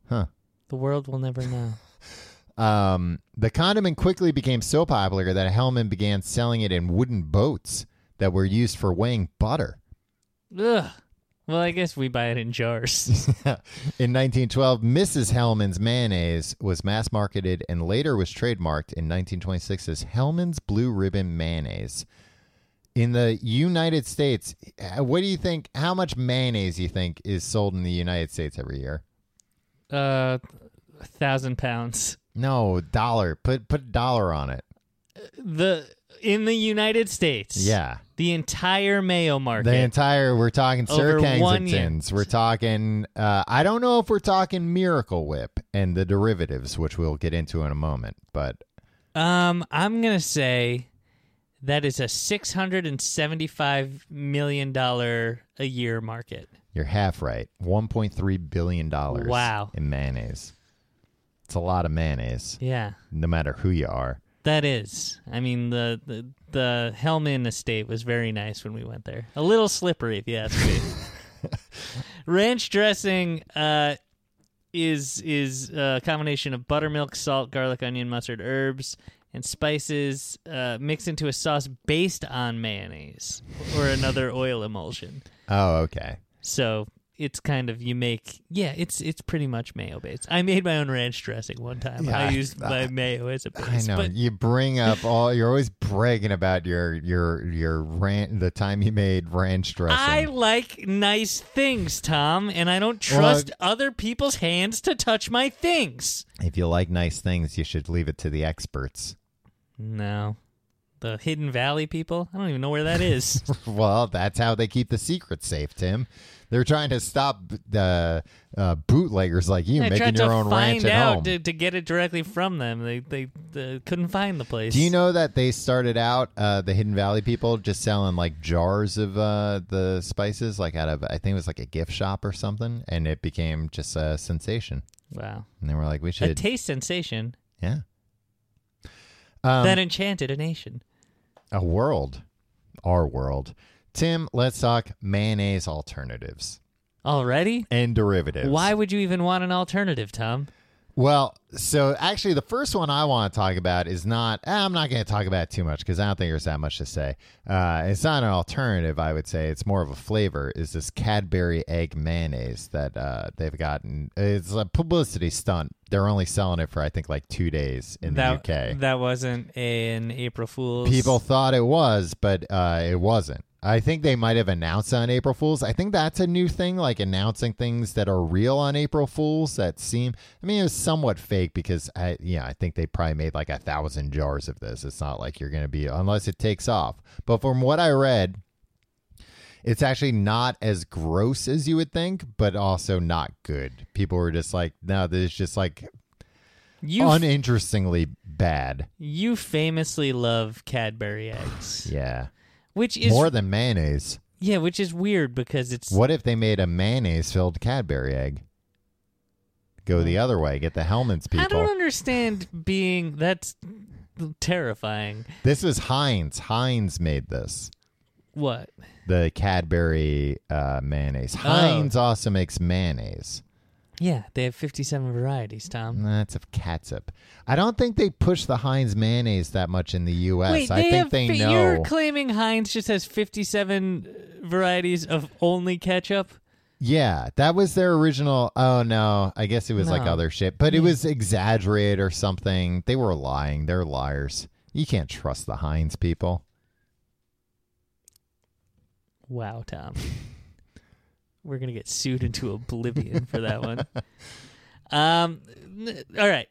[SPEAKER 2] Huh.
[SPEAKER 3] The world will never know.
[SPEAKER 2] Um, the condiment quickly became so popular that Hellman began selling it in wooden boats that were used for weighing butter.
[SPEAKER 3] Ugh. Well, I guess we buy it in jars.
[SPEAKER 2] in 1912, Mrs. Hellman's mayonnaise was mass marketed and later was trademarked in 1926 as Hellman's Blue Ribbon Mayonnaise. In the United States, uh, what do you think? How much mayonnaise you think is sold in the United States every year?
[SPEAKER 3] uh, a thousand pounds.
[SPEAKER 2] No, dollar. Put put a dollar on it.
[SPEAKER 3] The in the United States.
[SPEAKER 2] Yeah,
[SPEAKER 3] The entire mayo market.
[SPEAKER 2] the entire. We're talking Sir
[SPEAKER 3] Over one year.
[SPEAKER 2] Kensingtons. We're talking. Uh, I don't know if we're talking Miracle Whip and the derivatives, which we'll get into in a moment. But
[SPEAKER 3] Um, I'm gonna say that is a six hundred and seventy-five million dollar a year market.
[SPEAKER 2] You're half right. One point three billion dollars.
[SPEAKER 3] Wow.
[SPEAKER 2] In mayonnaise, it's a lot of mayonnaise.
[SPEAKER 3] Yeah,
[SPEAKER 2] No matter who you are.
[SPEAKER 3] that is. I mean, the the, the Hellman estate was very nice when we went there. A little slippery, if you ask me. Ranch dressing, uh, is is a combination of buttermilk, salt, garlic, onion, mustard, herbs, and spices uh, mixed into a sauce based on mayonnaise or another oil emulsion.
[SPEAKER 2] Oh, okay.
[SPEAKER 3] So it's kind of you make yeah, it's it's pretty much mayo based. I made my own ranch dressing one time.
[SPEAKER 2] Yeah,
[SPEAKER 3] I
[SPEAKER 2] I-
[SPEAKER 3] used my mayo as a
[SPEAKER 2] I
[SPEAKER 3] base.
[SPEAKER 2] know
[SPEAKER 3] But
[SPEAKER 2] you bring up all. You're always bragging about your your your ranch. The time you made ranch dressing.
[SPEAKER 3] I like nice things, Tom, and I don't
[SPEAKER 2] Well, uh,
[SPEAKER 3] trust other people's hands to touch my things.
[SPEAKER 2] if you like nice things, you should leave it to the experts.
[SPEAKER 3] No. The Hidden Valley people? I don't even know where that is.
[SPEAKER 2] well, that's how they keep the secret safe, Tim. They're trying to stop the uh, bootleggers like you
[SPEAKER 3] I
[SPEAKER 2] making
[SPEAKER 3] tried
[SPEAKER 2] your
[SPEAKER 3] to
[SPEAKER 2] own ranch
[SPEAKER 3] find
[SPEAKER 2] at
[SPEAKER 3] out
[SPEAKER 2] home.
[SPEAKER 3] to, to get it directly from them. They they uh, couldn't find the place.
[SPEAKER 2] Do you know that they started out uh, the Hidden Valley people just selling like jars of uh, the spices, like out of I think it was like a gift shop or something, and it became just a sensation.
[SPEAKER 3] Wow.
[SPEAKER 2] And they were like, we
[SPEAKER 3] A
[SPEAKER 2] should,
[SPEAKER 3] taste sensation
[SPEAKER 2] yeah, um,
[SPEAKER 3] that enchanted a nation.
[SPEAKER 2] a world, our world. Tim, let's talk mayonnaise alternatives
[SPEAKER 3] Already?
[SPEAKER 2] and derivatives.
[SPEAKER 3] Why would you even want an alternative, Tom?
[SPEAKER 2] Well, so actually, the first one I want to talk about is not. eh, I'm not going to talk about it too much because I don't think there's that much to say. Uh, it's not an alternative, I would say. It's more of a flavor. Is this Cadbury egg mayonnaise that uh, they've gotten? It's a publicity stunt. They're only selling it for I think like two days in
[SPEAKER 3] that,
[SPEAKER 2] the UK.
[SPEAKER 3] That wasn't an April Fool's.
[SPEAKER 2] People thought it was, but uh, it wasn't. I think they might have announced on April Fools. I think that's a new thing, like announcing things that are real on April Fools that seem. I mean, it was somewhat fake because I, yeah, I think they probably made like a thousand jars of this. It's not like you're going to be unless it takes off. But from what I read, it's actually not as gross as you would think, but also not good. People were just like, no, this is just like
[SPEAKER 3] You, f-
[SPEAKER 2] uninterestingly bad.
[SPEAKER 3] you famously love Cadbury eggs,
[SPEAKER 2] Yeah,
[SPEAKER 3] which is
[SPEAKER 2] more than mayonnaise.
[SPEAKER 3] yeah, which is weird because it's
[SPEAKER 2] What if they made a mayonnaise filled Cadbury egg? Go the other way, get the Hellman's
[SPEAKER 3] Hmm. I don't
[SPEAKER 2] people.
[SPEAKER 3] understand being that's terrifying.
[SPEAKER 2] This is Heinz. Heinz made this.
[SPEAKER 3] What?
[SPEAKER 2] The Cadbury uh, mayonnaise.
[SPEAKER 3] Oh.
[SPEAKER 2] Heinz also makes mayonnaise.
[SPEAKER 3] Yeah, they have fifty-seven varieties, Tom.
[SPEAKER 2] That's of catsup. I don't think they push the Heinz mayonnaise that much in the U.S.
[SPEAKER 3] Wait,
[SPEAKER 2] I
[SPEAKER 3] they
[SPEAKER 2] think
[SPEAKER 3] have.
[SPEAKER 2] they
[SPEAKER 3] fi-
[SPEAKER 2] know.
[SPEAKER 3] You're claiming Heinz just has fifty-seven varieties of only ketchup.
[SPEAKER 2] Yeah, that was their original. Oh no, I guess it was like
[SPEAKER 3] No.
[SPEAKER 2] other shit, but it was exaggerated or something. They were lying. They're liars. You can't trust the Heinz people.
[SPEAKER 3] Wow, Tom. We're gonna get sued into oblivion for that one. Um, n- all right.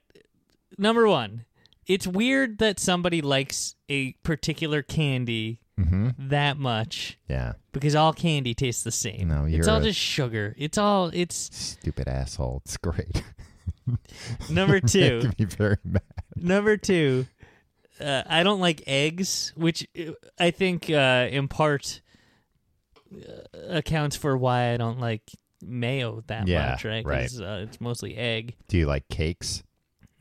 [SPEAKER 3] Number one, it's weird that somebody likes a particular candy
[SPEAKER 2] hmm
[SPEAKER 3] that much
[SPEAKER 2] Yeah,
[SPEAKER 3] because all candy tastes the same.
[SPEAKER 2] No,
[SPEAKER 3] it's
[SPEAKER 2] you're
[SPEAKER 3] all
[SPEAKER 2] a-
[SPEAKER 3] just sugar. It's all. It's
[SPEAKER 2] stupid asshole. It's great.
[SPEAKER 3] number two.
[SPEAKER 2] Making me very mad.
[SPEAKER 3] Number two, uh, I don't like eggs, which uh, I think uh, in part uh, accounts for why I don't like mayo that
[SPEAKER 2] Yeah,
[SPEAKER 3] much, right? 'Cause, Uh, it's mostly egg.
[SPEAKER 2] Do you like cakes?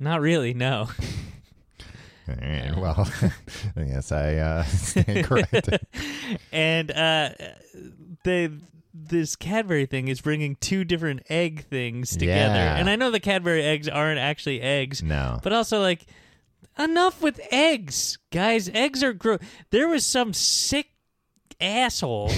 [SPEAKER 3] Not really, no.
[SPEAKER 2] All right, Eh, well, I guess I uh, stand corrected.
[SPEAKER 3] and uh, the this Cadbury thing is bringing two different egg things together,
[SPEAKER 2] Yeah.
[SPEAKER 3] and I know the Cadbury eggs aren't actually eggs,
[SPEAKER 2] No.
[SPEAKER 3] But also, like, enough with eggs, guys. Eggs are gross. There was some sick asshole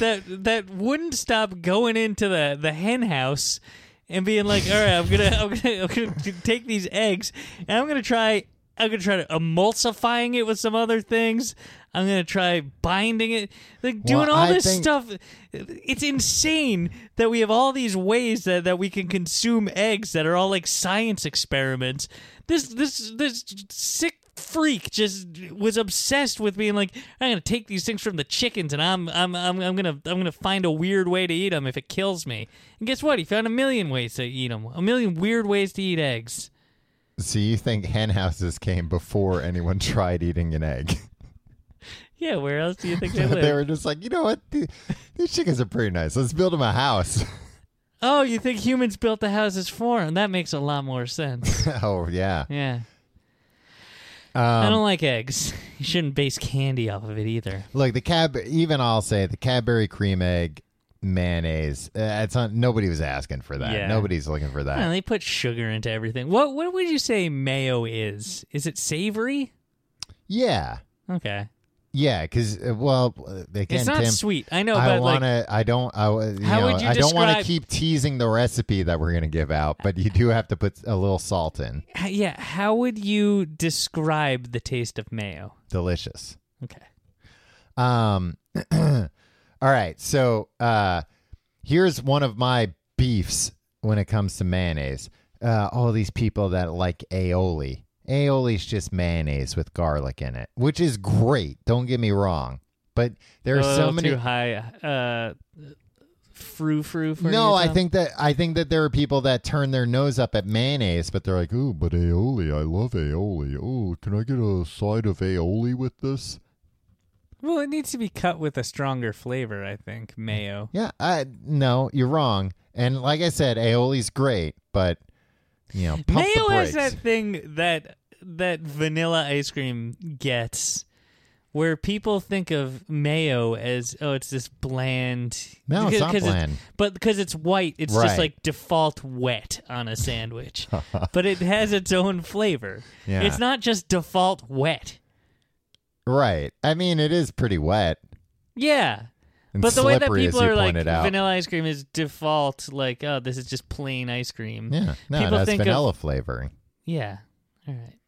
[SPEAKER 3] that that wouldn't stop going into the the hen house and being like, "All right, I'm gonna I'm gonna, I'm gonna t- take these eggs and I'm gonna try." I'm gonna try to emulsifying it with some other things. I'm gonna try binding it, like doing
[SPEAKER 2] Well,
[SPEAKER 3] all
[SPEAKER 2] I
[SPEAKER 3] this
[SPEAKER 2] think-
[SPEAKER 3] stuff. It's insane that we have all these ways that, that we can consume eggs that are all like science experiments. This this this sick freak just was obsessed with being like, I'm gonna take these things from the chickens and I'm I'm I'm, I'm gonna I'm gonna find a weird way to eat them if it kills me. And guess what? He found a million ways to eat them. A million weird ways to eat eggs.
[SPEAKER 2] So you think hen houses came before anyone tried eating an egg?
[SPEAKER 3] Yeah, where else do you think they live?
[SPEAKER 2] they were just like, you know what? Th- These chickens are pretty nice. Let's build them a house.
[SPEAKER 3] Oh, you think humans built the houses for them? That makes a lot more sense.
[SPEAKER 2] oh yeah.
[SPEAKER 3] Yeah. I
[SPEAKER 2] Um,
[SPEAKER 3] don't like eggs. You shouldn't base candy off of it either.
[SPEAKER 2] look, the cab. Even I'll say the Cadbury cream egg mayonnaise. Uh, it's not. Nobody was asking for that.
[SPEAKER 3] Yeah.
[SPEAKER 2] Nobody's looking for
[SPEAKER 3] I don't know,
[SPEAKER 2] that.
[SPEAKER 3] they put sugar into everything. What what would you say mayo is? Is it savory?
[SPEAKER 2] Yeah.
[SPEAKER 3] Okay.
[SPEAKER 2] Yeah. Because well, uh, again,
[SPEAKER 3] it's not
[SPEAKER 2] Tim.
[SPEAKER 3] sweet. I know,
[SPEAKER 2] I
[SPEAKER 3] but
[SPEAKER 2] want
[SPEAKER 3] like
[SPEAKER 2] to. I don't. I, w- you
[SPEAKER 3] How
[SPEAKER 2] know,
[SPEAKER 3] would you
[SPEAKER 2] I don't want to
[SPEAKER 3] describe-
[SPEAKER 2] keep teasing the recipe that we're gonna give out, but you do have to put a little salt in.
[SPEAKER 3] h- yeah, how would you describe the taste of mayo?
[SPEAKER 2] Delicious.
[SPEAKER 3] Okay.
[SPEAKER 2] Um, all right. So uh, here's one of my beefs when it comes to mayonnaise. Uh, all these people that like aioli. Aioli's just mayonnaise with garlic in it, which is great. Don't get me wrong, but there are
[SPEAKER 3] A
[SPEAKER 2] so
[SPEAKER 3] little
[SPEAKER 2] many.
[SPEAKER 3] Oh, too high uh frou frou for
[SPEAKER 2] no,
[SPEAKER 3] you,
[SPEAKER 2] I
[SPEAKER 3] Tom?
[SPEAKER 2] think that I think that there are people that turn their nose up at mayonnaise, but they're like, "Ooh, but aioli, I love aioli. Oh, can I get a side of aioli with this?"
[SPEAKER 3] Well, it needs to be cut with a stronger flavor, I
[SPEAKER 2] Mm.
[SPEAKER 3] think, mayo.
[SPEAKER 2] Yeah, I no, you're wrong. And like I said, aioli's great, but you know, pump
[SPEAKER 3] mayo
[SPEAKER 2] the
[SPEAKER 3] is
[SPEAKER 2] brakes.
[SPEAKER 3] that thing that that vanilla ice cream gets where people think of mayo as oh it's this bland
[SPEAKER 2] No, it's
[SPEAKER 3] because-
[SPEAKER 2] not
[SPEAKER 3] 'cause
[SPEAKER 2] bland.
[SPEAKER 3] but because it's white it's
[SPEAKER 2] Right.
[SPEAKER 3] just like default wet on a sandwich but it has its own flavor
[SPEAKER 2] Yeah.
[SPEAKER 3] it's not just default wet
[SPEAKER 2] right. I mean, it is pretty wet
[SPEAKER 3] yeah
[SPEAKER 2] and
[SPEAKER 3] but the way that
[SPEAKER 2] slippery,
[SPEAKER 3] people
[SPEAKER 2] as you
[SPEAKER 3] are like
[SPEAKER 2] pointed out.
[SPEAKER 3] vanilla ice cream is default like oh this is just plain ice cream
[SPEAKER 2] yeah, no,
[SPEAKER 3] people
[SPEAKER 2] that's
[SPEAKER 3] think of-
[SPEAKER 2] vanilla flavoring.
[SPEAKER 3] Yeah. All right.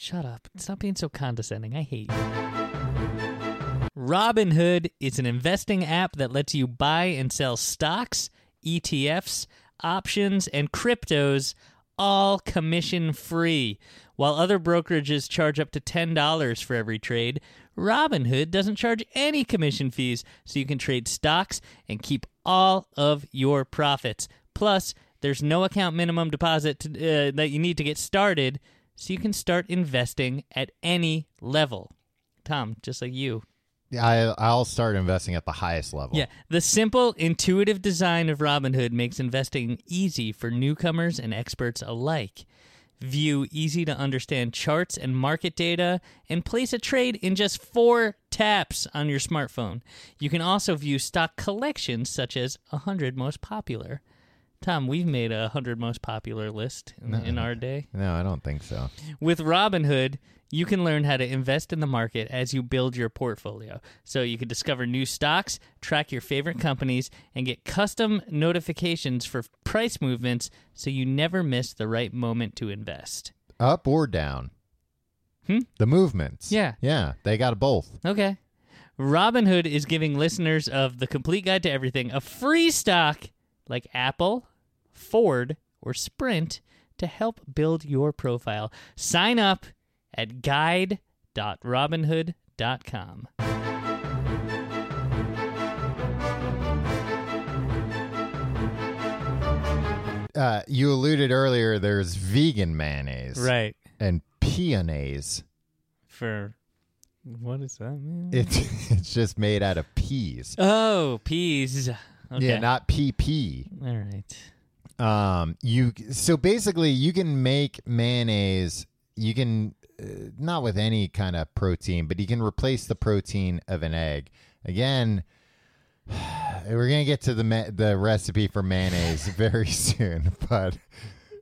[SPEAKER 3] Shut up. Stop being so condescending. I hate you. Robinhood is an investing app that lets you buy and sell stocks, ETFs, options, and cryptos all commission free. While other brokerages charge up to $10 for every trade, Robinhood doesn't charge any commission fees, so you can trade stocks and keep all of your profits. Plus, there's no account minimum deposit to, uh, that you need to get started, so you can start investing at any level. Tom, just like you.
[SPEAKER 2] I I'll start investing at the highest level.
[SPEAKER 3] Yeah, the simple, intuitive design of Robinhood makes investing easy for newcomers and experts alike. View easy to understand charts and market data and place a trade in just four taps on your smartphone. You can also view stock collections such as 100 most popular. Tom, we've made a hundred most popular list in,
[SPEAKER 2] No.
[SPEAKER 3] in our day.
[SPEAKER 2] No, I don't think so.
[SPEAKER 3] With Robinhood, you can learn how to invest in the market as you build your portfolio. So you can discover new stocks, track your favorite companies, and get custom notifications for price movements so you never miss the right moment to invest.
[SPEAKER 2] Up or down?
[SPEAKER 3] Hmm?
[SPEAKER 2] The movements.
[SPEAKER 3] Yeah.
[SPEAKER 2] Yeah. They got both.
[SPEAKER 3] Okay. Robinhood is giving listeners of The Complete Guide to Everything a free stock like Apple, Ford, or Sprint to help build your profile. Sign up at guide.robinhood.com.
[SPEAKER 2] Uh, you alluded earlier there's vegan mayonnaise.
[SPEAKER 3] Right.
[SPEAKER 2] And peonnaise.
[SPEAKER 3] For what is that? mean?
[SPEAKER 2] It's, it's just made out of peas.
[SPEAKER 3] oh, peas. Okay.
[SPEAKER 2] Yeah, not PP.
[SPEAKER 3] All right.
[SPEAKER 2] Um, you so basically you can make mayonnaise. You can uh, not with any kind of protein, but you can replace the protein of an egg. Again, we're gonna get to the ma- the recipe for mayonnaise very soon, but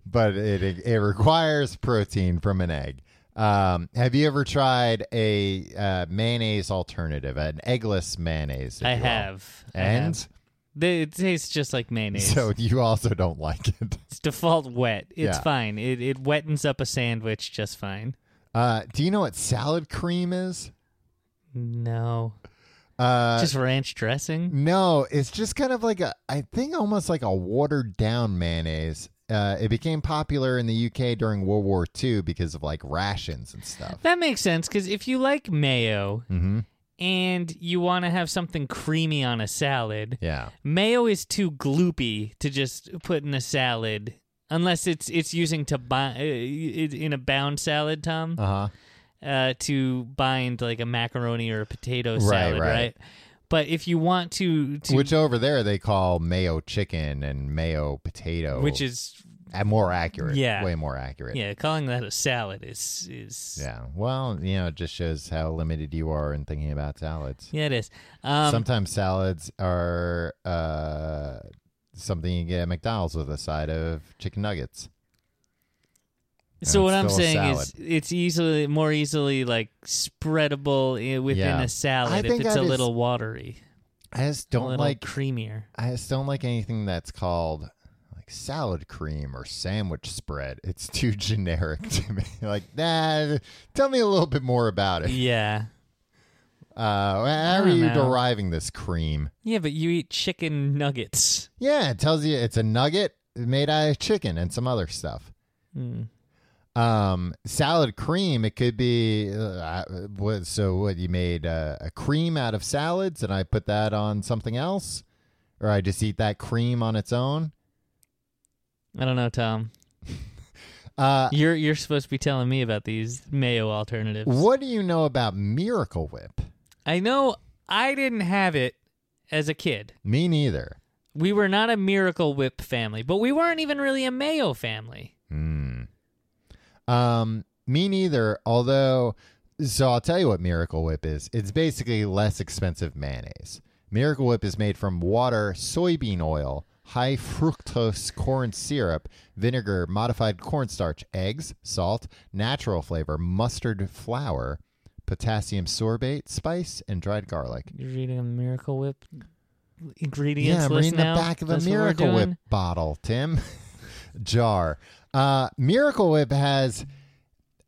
[SPEAKER 2] but it it requires protein from an egg. Um, have you ever tried a uh, mayonnaise alternative, an eggless mayonnaise? if
[SPEAKER 3] I
[SPEAKER 2] you will?
[SPEAKER 3] have. I
[SPEAKER 2] And
[SPEAKER 3] have. They, it tastes just like mayonnaise.
[SPEAKER 2] so you also don't like it.
[SPEAKER 3] It's default wet. It's
[SPEAKER 2] Yeah.
[SPEAKER 3] fine. It it wettens up a sandwich just fine.
[SPEAKER 2] Uh, do you know what salad cream is?
[SPEAKER 3] No.
[SPEAKER 2] Uh,
[SPEAKER 3] just ranch dressing?
[SPEAKER 2] no, it's just kind of like a, I think almost like a watered down mayonnaise. Uh, it became popular in the UK during World War II because of like rations and stuff.
[SPEAKER 3] That makes sense cuz if you like mayo
[SPEAKER 2] Mm-hmm.
[SPEAKER 3] and you want to have something creamy on a salad,
[SPEAKER 2] Yeah.
[SPEAKER 3] mayo is too gloopy to just put in a salad unless it's it's using to bind uh, it- in a bound salad, Tom,
[SPEAKER 2] Uh huh.
[SPEAKER 3] uh, to bind like a macaroni or a potato
[SPEAKER 2] Right,
[SPEAKER 3] salad,
[SPEAKER 2] right.
[SPEAKER 3] right? But if you want to, to
[SPEAKER 2] Which over there they call mayo chicken and mayo potato,
[SPEAKER 3] which is
[SPEAKER 2] uh, more accurate.
[SPEAKER 3] Yeah.
[SPEAKER 2] Way more accurate.
[SPEAKER 3] yeah, calling that a salad is is
[SPEAKER 2] Yeah. Well, you know, it just shows how limited you are in thinking about salads.
[SPEAKER 3] Yeah, it is. Um,
[SPEAKER 2] Sometimes salads are uh, something you get at McDonald's with a side of chicken nuggets.
[SPEAKER 3] so
[SPEAKER 2] it's
[SPEAKER 3] what I'm
[SPEAKER 2] still a
[SPEAKER 3] saying is,
[SPEAKER 2] salad.
[SPEAKER 3] it's easily more easily like spreadable i- within
[SPEAKER 2] Yeah.
[SPEAKER 3] a
[SPEAKER 2] I
[SPEAKER 3] salad if
[SPEAKER 2] think
[SPEAKER 3] it's
[SPEAKER 2] that
[SPEAKER 3] a
[SPEAKER 2] is-
[SPEAKER 3] little watery,
[SPEAKER 2] I just
[SPEAKER 3] a
[SPEAKER 2] don't
[SPEAKER 3] little
[SPEAKER 2] like
[SPEAKER 3] creamier.
[SPEAKER 2] I just don't like anything that's called like salad cream or sandwich spread. It's too generic to me. Like, nah, tell me a little bit more about it.
[SPEAKER 3] Yeah,
[SPEAKER 2] Uh, how are
[SPEAKER 3] don't
[SPEAKER 2] you
[SPEAKER 3] know.
[SPEAKER 2] deriving this cream?
[SPEAKER 3] yeah, but you eat chicken nuggets.
[SPEAKER 2] Yeah, it tells you it's a nugget made out of chicken and some other stuff. Hmm.
[SPEAKER 3] Mm.
[SPEAKER 2] um salad cream it could be uh, I- what so what you made uh, a cream out of salads and i put that on something else or i just eat that cream on its own
[SPEAKER 3] I don't know, Tom.
[SPEAKER 2] uh
[SPEAKER 3] You're you're supposed to be telling me about these mayo alternatives.
[SPEAKER 2] what do you know about miracle whip
[SPEAKER 3] I know I didn't have it as a kid.
[SPEAKER 2] me neither
[SPEAKER 3] We were not a Miracle Whip family, but we weren't even really a mayo family.
[SPEAKER 2] Hmm. um me neither although so i'll tell you what miracle whip is it's basically less expensive mayonnaise miracle whip is made from water soybean oil high fructose corn syrup vinegar modified cornstarch eggs salt natural flavor mustard flour potassium sorbate spice and dried garlic
[SPEAKER 3] You're reading a Miracle Whip ingredients
[SPEAKER 2] yeah, I'm
[SPEAKER 3] list
[SPEAKER 2] reading
[SPEAKER 3] now?
[SPEAKER 2] the back of a
[SPEAKER 3] That's what we're
[SPEAKER 2] Miracle Whip
[SPEAKER 3] doing?
[SPEAKER 2] bottle, Tim. Jar. Uh, Miracle Whip has,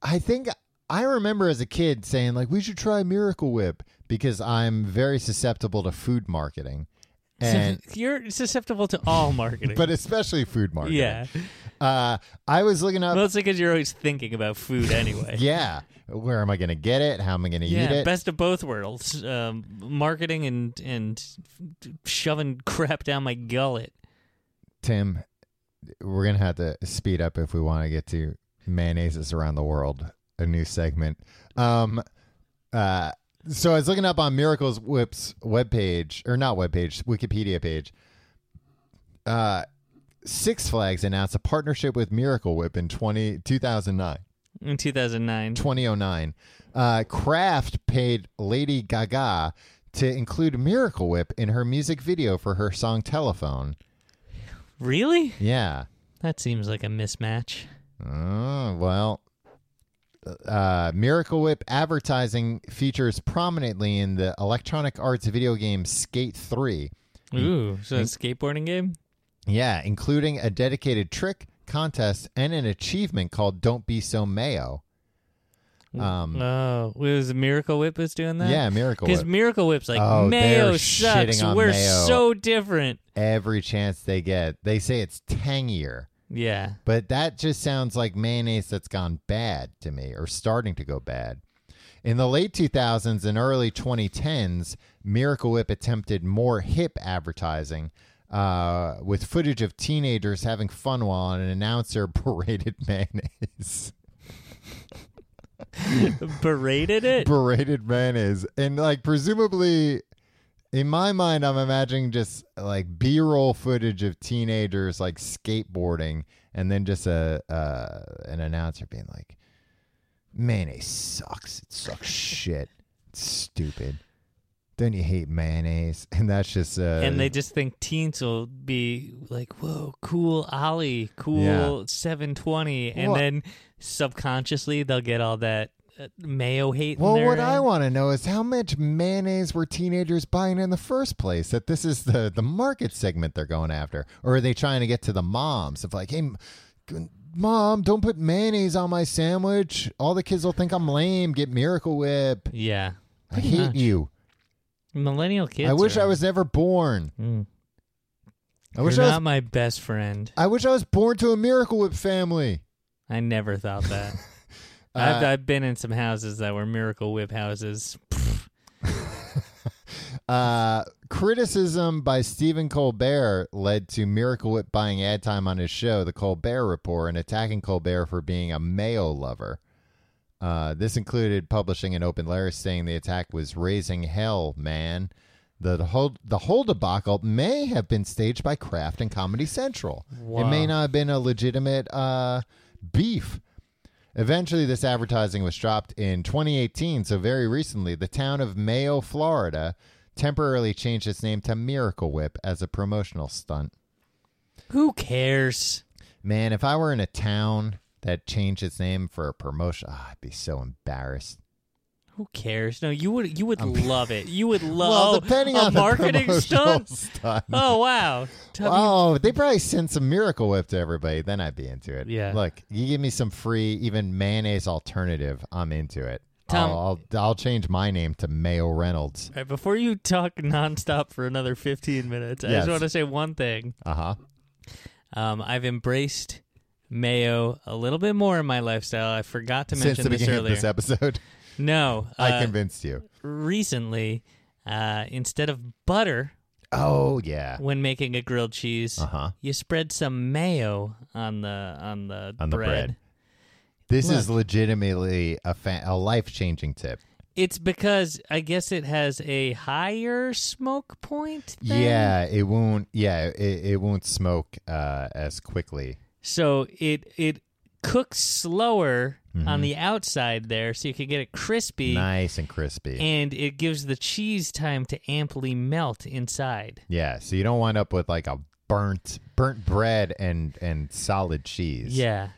[SPEAKER 2] I think, I remember as a kid saying, like, we should try Miracle Whip because I'm very susceptible to food marketing. And.
[SPEAKER 3] You're susceptible to all marketing.
[SPEAKER 2] But especially food marketing.
[SPEAKER 3] yeah,
[SPEAKER 2] Uh, I was looking up.
[SPEAKER 3] mostly because you're always thinking about food anyway.
[SPEAKER 2] yeah. Where am I going to get it? How am I going to eat
[SPEAKER 3] Yeah,
[SPEAKER 2] it?
[SPEAKER 3] best of both worlds: um, marketing and and shoving crap down my gullet.
[SPEAKER 2] Tim, we're going to have to speed up if we want to get to mayonnaises around the world, a new segment. Um, uh, so I was looking up on Miracles Whip's webpage, or not webpage, Wikipedia page. Uh, Six Flags announced a partnership with Miracle Whip in 20, 2009.
[SPEAKER 3] in 2009.
[SPEAKER 2] 2009. Uh, Kraft paid Lady Gaga to include Miracle Whip in her music video for her song Telephone.
[SPEAKER 3] Really?
[SPEAKER 2] Yeah.
[SPEAKER 3] That seems like a mismatch.
[SPEAKER 2] Oh, well, uh, Miracle Whip advertising features prominently in the Electronic Arts video game Skate 3. Mm.
[SPEAKER 3] Ooh, so a skateboarding game?
[SPEAKER 2] Yeah, including a dedicated trick, contest, and an achievement called Don't Be So Mayo. Um,
[SPEAKER 3] Oh, it was Miracle Whip was doing that?
[SPEAKER 2] yeah, Miracle
[SPEAKER 3] Because
[SPEAKER 2] Whip.
[SPEAKER 3] Miracle Whip's like,
[SPEAKER 2] Oh,
[SPEAKER 3] mayo
[SPEAKER 2] they're
[SPEAKER 3] sucks.
[SPEAKER 2] shitting on
[SPEAKER 3] We're
[SPEAKER 2] mayo."
[SPEAKER 3] so different.
[SPEAKER 2] Every chance they get, they say it's tangier.
[SPEAKER 3] Yeah.
[SPEAKER 2] But that just sounds like mayonnaise that's gone bad to me or starting to go bad. In the late 2000s and early 2010s, Miracle Whip attempted more hip advertising uh, with footage of teenagers having fun while an announcer berated mayonnaise.
[SPEAKER 3] Berated it?
[SPEAKER 2] berated mayonnaise. And, like, presumably, in my mind, I'm imagining just like B roll footage of teenagers like skateboarding and then just a uh, an announcer being like, mayonnaise sucks. It sucks shit. It's stupid. Don't you hate mayonnaise? And that's just. Uh,
[SPEAKER 3] and they just think teens will be like, whoa, cool Ollie, cool
[SPEAKER 2] Yeah.
[SPEAKER 3] 720. And
[SPEAKER 2] Well-
[SPEAKER 3] then subconsciously, they'll get all that uh, mayo hate. in
[SPEAKER 2] Well,
[SPEAKER 3] their
[SPEAKER 2] what I
[SPEAKER 3] head.
[SPEAKER 2] want to know is how much mayonnaise were teenagers buying in the first place? That this is the the market segment they're going after, or are they trying to get to the moms of like, hey, m- g- mom, don't put mayonnaise on my sandwich. All the kids will think I'm lame. Get Miracle Whip.
[SPEAKER 3] Yeah.
[SPEAKER 2] I hate
[SPEAKER 3] much.
[SPEAKER 2] you.
[SPEAKER 3] Millennial kids.
[SPEAKER 2] I wish
[SPEAKER 3] are-
[SPEAKER 2] I was never born.
[SPEAKER 3] Mm.
[SPEAKER 2] I wish
[SPEAKER 3] You're
[SPEAKER 2] I was.
[SPEAKER 3] not my best friend.
[SPEAKER 2] I wish I was born to a Miracle Whip family.
[SPEAKER 3] I never thought that. I've, I've been in some houses that were Miracle Whip houses.
[SPEAKER 2] Uh, criticism by Stephen Colbert led to Miracle Whip buying ad time on his show, The Colbert Report, and attacking Colbert for being a mayo lover. Uh, this included publishing an open letter saying the attack was raising hell, man. The, the whole the whole debacle may have been staged by Kraft and Comedy Central. It may
[SPEAKER 3] Wow.
[SPEAKER 2] not have been a legitimate uh, beef. Eventually, this advertising was dropped in 2018. So, very recently, the town of Mayo, Florida, temporarily changed its name to Miracle Whip as a promotional stunt.
[SPEAKER 3] Who cares?
[SPEAKER 2] Man, if I were in a town that changed its name for a promotion, ah, I'd be so embarrassed.
[SPEAKER 3] Who cares? No, you would you would love it. You would love
[SPEAKER 2] well, depending
[SPEAKER 3] a
[SPEAKER 2] on the
[SPEAKER 3] marketing
[SPEAKER 2] promotional
[SPEAKER 3] stunt.
[SPEAKER 2] stunt.
[SPEAKER 3] Oh wow! W- E
[SPEAKER 2] Oh, they probably send some Miracle Whip to everybody. Then I'd be into it.
[SPEAKER 3] Yeah.
[SPEAKER 2] Look, you give me some free, even mayonnaise alternative. I'm into it.
[SPEAKER 3] Tom-
[SPEAKER 2] I'll, I'll, I'll change my name to Mayo Reynolds.
[SPEAKER 3] All right, before you talk nonstop for another fifteen minutes, I
[SPEAKER 2] Yes.
[SPEAKER 3] just want to say one thing.
[SPEAKER 2] Uh huh.
[SPEAKER 3] Um, I've embraced mayo a little bit more in my lifestyle. I forgot to
[SPEAKER 2] Since
[SPEAKER 3] mention
[SPEAKER 2] the
[SPEAKER 3] this
[SPEAKER 2] beginning
[SPEAKER 3] earlier.
[SPEAKER 2] of this episode,
[SPEAKER 3] no, uh,
[SPEAKER 2] I convinced you.
[SPEAKER 3] recently, uh, instead of butter
[SPEAKER 2] Oh yeah.
[SPEAKER 3] when making a grilled cheese,
[SPEAKER 2] Uh huh.
[SPEAKER 3] you spread some mayo on the on the
[SPEAKER 2] On the bread. This is legitimately a fa- a life changing tip.
[SPEAKER 3] It's because I guess it has a higher smoke point. Thing.
[SPEAKER 2] Yeah, it won't. Yeah, it, it won't smoke uh, as quickly.
[SPEAKER 3] So it it cooks slower on the outside there, so you can get it crispy,
[SPEAKER 2] Mm-hmm. Nice and crispy.
[SPEAKER 3] and it gives the cheese time to amply melt inside.
[SPEAKER 2] Yeah, so you don't wind up with like a burnt burnt bread and and solid cheese.
[SPEAKER 3] Yeah.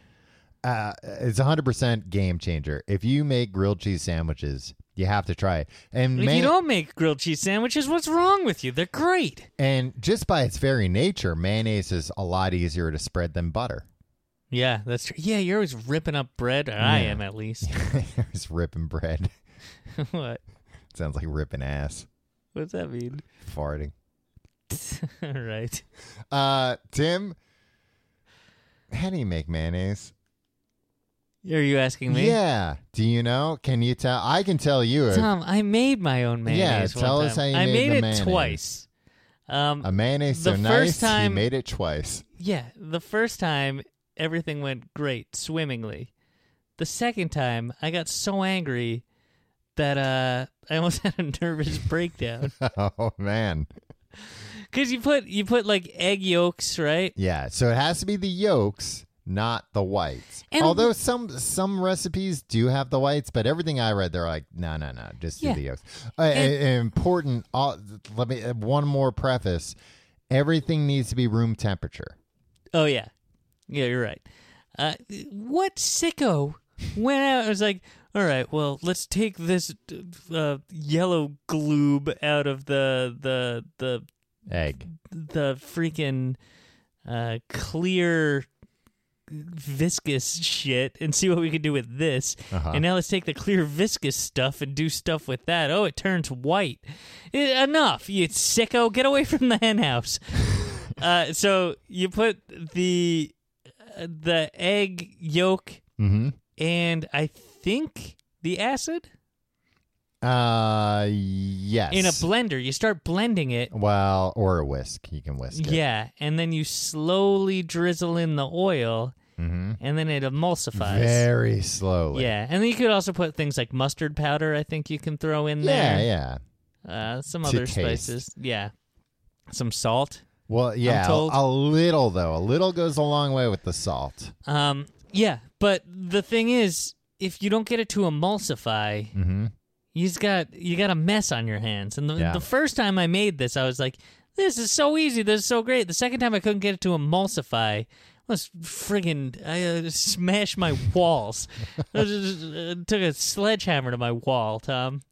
[SPEAKER 2] uh, it's a hundred percent game changer. If you make grilled cheese sandwiches, you have to try it. And
[SPEAKER 3] if
[SPEAKER 2] may-
[SPEAKER 3] you don't make grilled cheese sandwiches, what's wrong with you? They're great.
[SPEAKER 2] and just by its very nature, mayonnaise is a lot easier to spread than butter.
[SPEAKER 3] Yeah, that's true. Yeah, you're always ripping up bread. Or I am at least.
[SPEAKER 2] it's ripping bread.
[SPEAKER 3] what?
[SPEAKER 2] Sounds like ripping ass,
[SPEAKER 3] What's that mean?
[SPEAKER 2] farting.
[SPEAKER 3] All right.
[SPEAKER 2] Uh, Tim, how do you make mayonnaise?
[SPEAKER 3] Are you asking me?
[SPEAKER 2] Yeah, do you know? Can you tell? I can tell you. if-
[SPEAKER 3] Tom, I made my own mayonnaise. one
[SPEAKER 2] tell us
[SPEAKER 3] time.
[SPEAKER 2] how you
[SPEAKER 3] I
[SPEAKER 2] made
[SPEAKER 3] made
[SPEAKER 2] the
[SPEAKER 3] it
[SPEAKER 2] mayonnaise.
[SPEAKER 3] twice. Um,
[SPEAKER 2] a mayonnaise so
[SPEAKER 3] the
[SPEAKER 2] nice,
[SPEAKER 3] first time-
[SPEAKER 2] he made it twice.
[SPEAKER 3] yeah, the first time everything went great, swimmingly. The second time, I got so angry that uh, I almost had a nervous breakdown
[SPEAKER 2] oh man.
[SPEAKER 3] because you put you put like egg yolks, right?
[SPEAKER 2] Yeah, so it has to be the yolks, not the whites.
[SPEAKER 3] And-
[SPEAKER 2] Although some some recipes do have the whites, but everything I read, they're like, no, no, no, just do
[SPEAKER 3] Yeah.
[SPEAKER 2] the yolks. Uh, uh, important. Uh, let me uh, one more preface. Everything needs to be room temperature.
[SPEAKER 3] Oh yeah, yeah, you're right. Uh, what sicko went out and was like, "All right, well, let's take this uh, yellow gloob out of the the the
[SPEAKER 2] Egg.
[SPEAKER 3] the freaking uh, clear viscous shit and see what we can do with this.
[SPEAKER 2] Uh-huh.
[SPEAKER 3] And now let's take the clear viscous stuff and do stuff with that. Oh, it turns white. Eh, enough, you sicko. Get away from the hen house. uh, so you put the uh, the egg yolk
[SPEAKER 2] Mm-hmm.
[SPEAKER 3] and I think the acid
[SPEAKER 2] Uh, yes.
[SPEAKER 3] in a blender. You start blending it.
[SPEAKER 2] well, or a whisk. You can whisk it.
[SPEAKER 3] Yeah, and then you slowly drizzle in the oil,
[SPEAKER 2] Mm-hmm.
[SPEAKER 3] and then it emulsifies.
[SPEAKER 2] Very slowly.
[SPEAKER 3] yeah, and then you could also put things like mustard powder. I think you can throw in
[SPEAKER 2] Yeah,
[SPEAKER 3] there.
[SPEAKER 2] yeah.
[SPEAKER 3] Uh, some
[SPEAKER 2] To
[SPEAKER 3] other
[SPEAKER 2] taste.
[SPEAKER 3] spices. Yeah, some salt.
[SPEAKER 2] Well, yeah. a-
[SPEAKER 3] told-
[SPEAKER 2] A, little though. A little goes a long way with the salt.
[SPEAKER 3] Um, yeah, but the thing is, if you don't get it to emulsify,
[SPEAKER 2] Mm-hmm.
[SPEAKER 3] you've got you got a mess on your hands. And the,
[SPEAKER 2] Yeah.
[SPEAKER 3] the first time I made this, I was like, "This is so easy. This is so great." The second time, I couldn't get it to emulsify. I was friggin' I uh, smashed my walls. I just, uh, took a sledgehammer to my wall, Tom.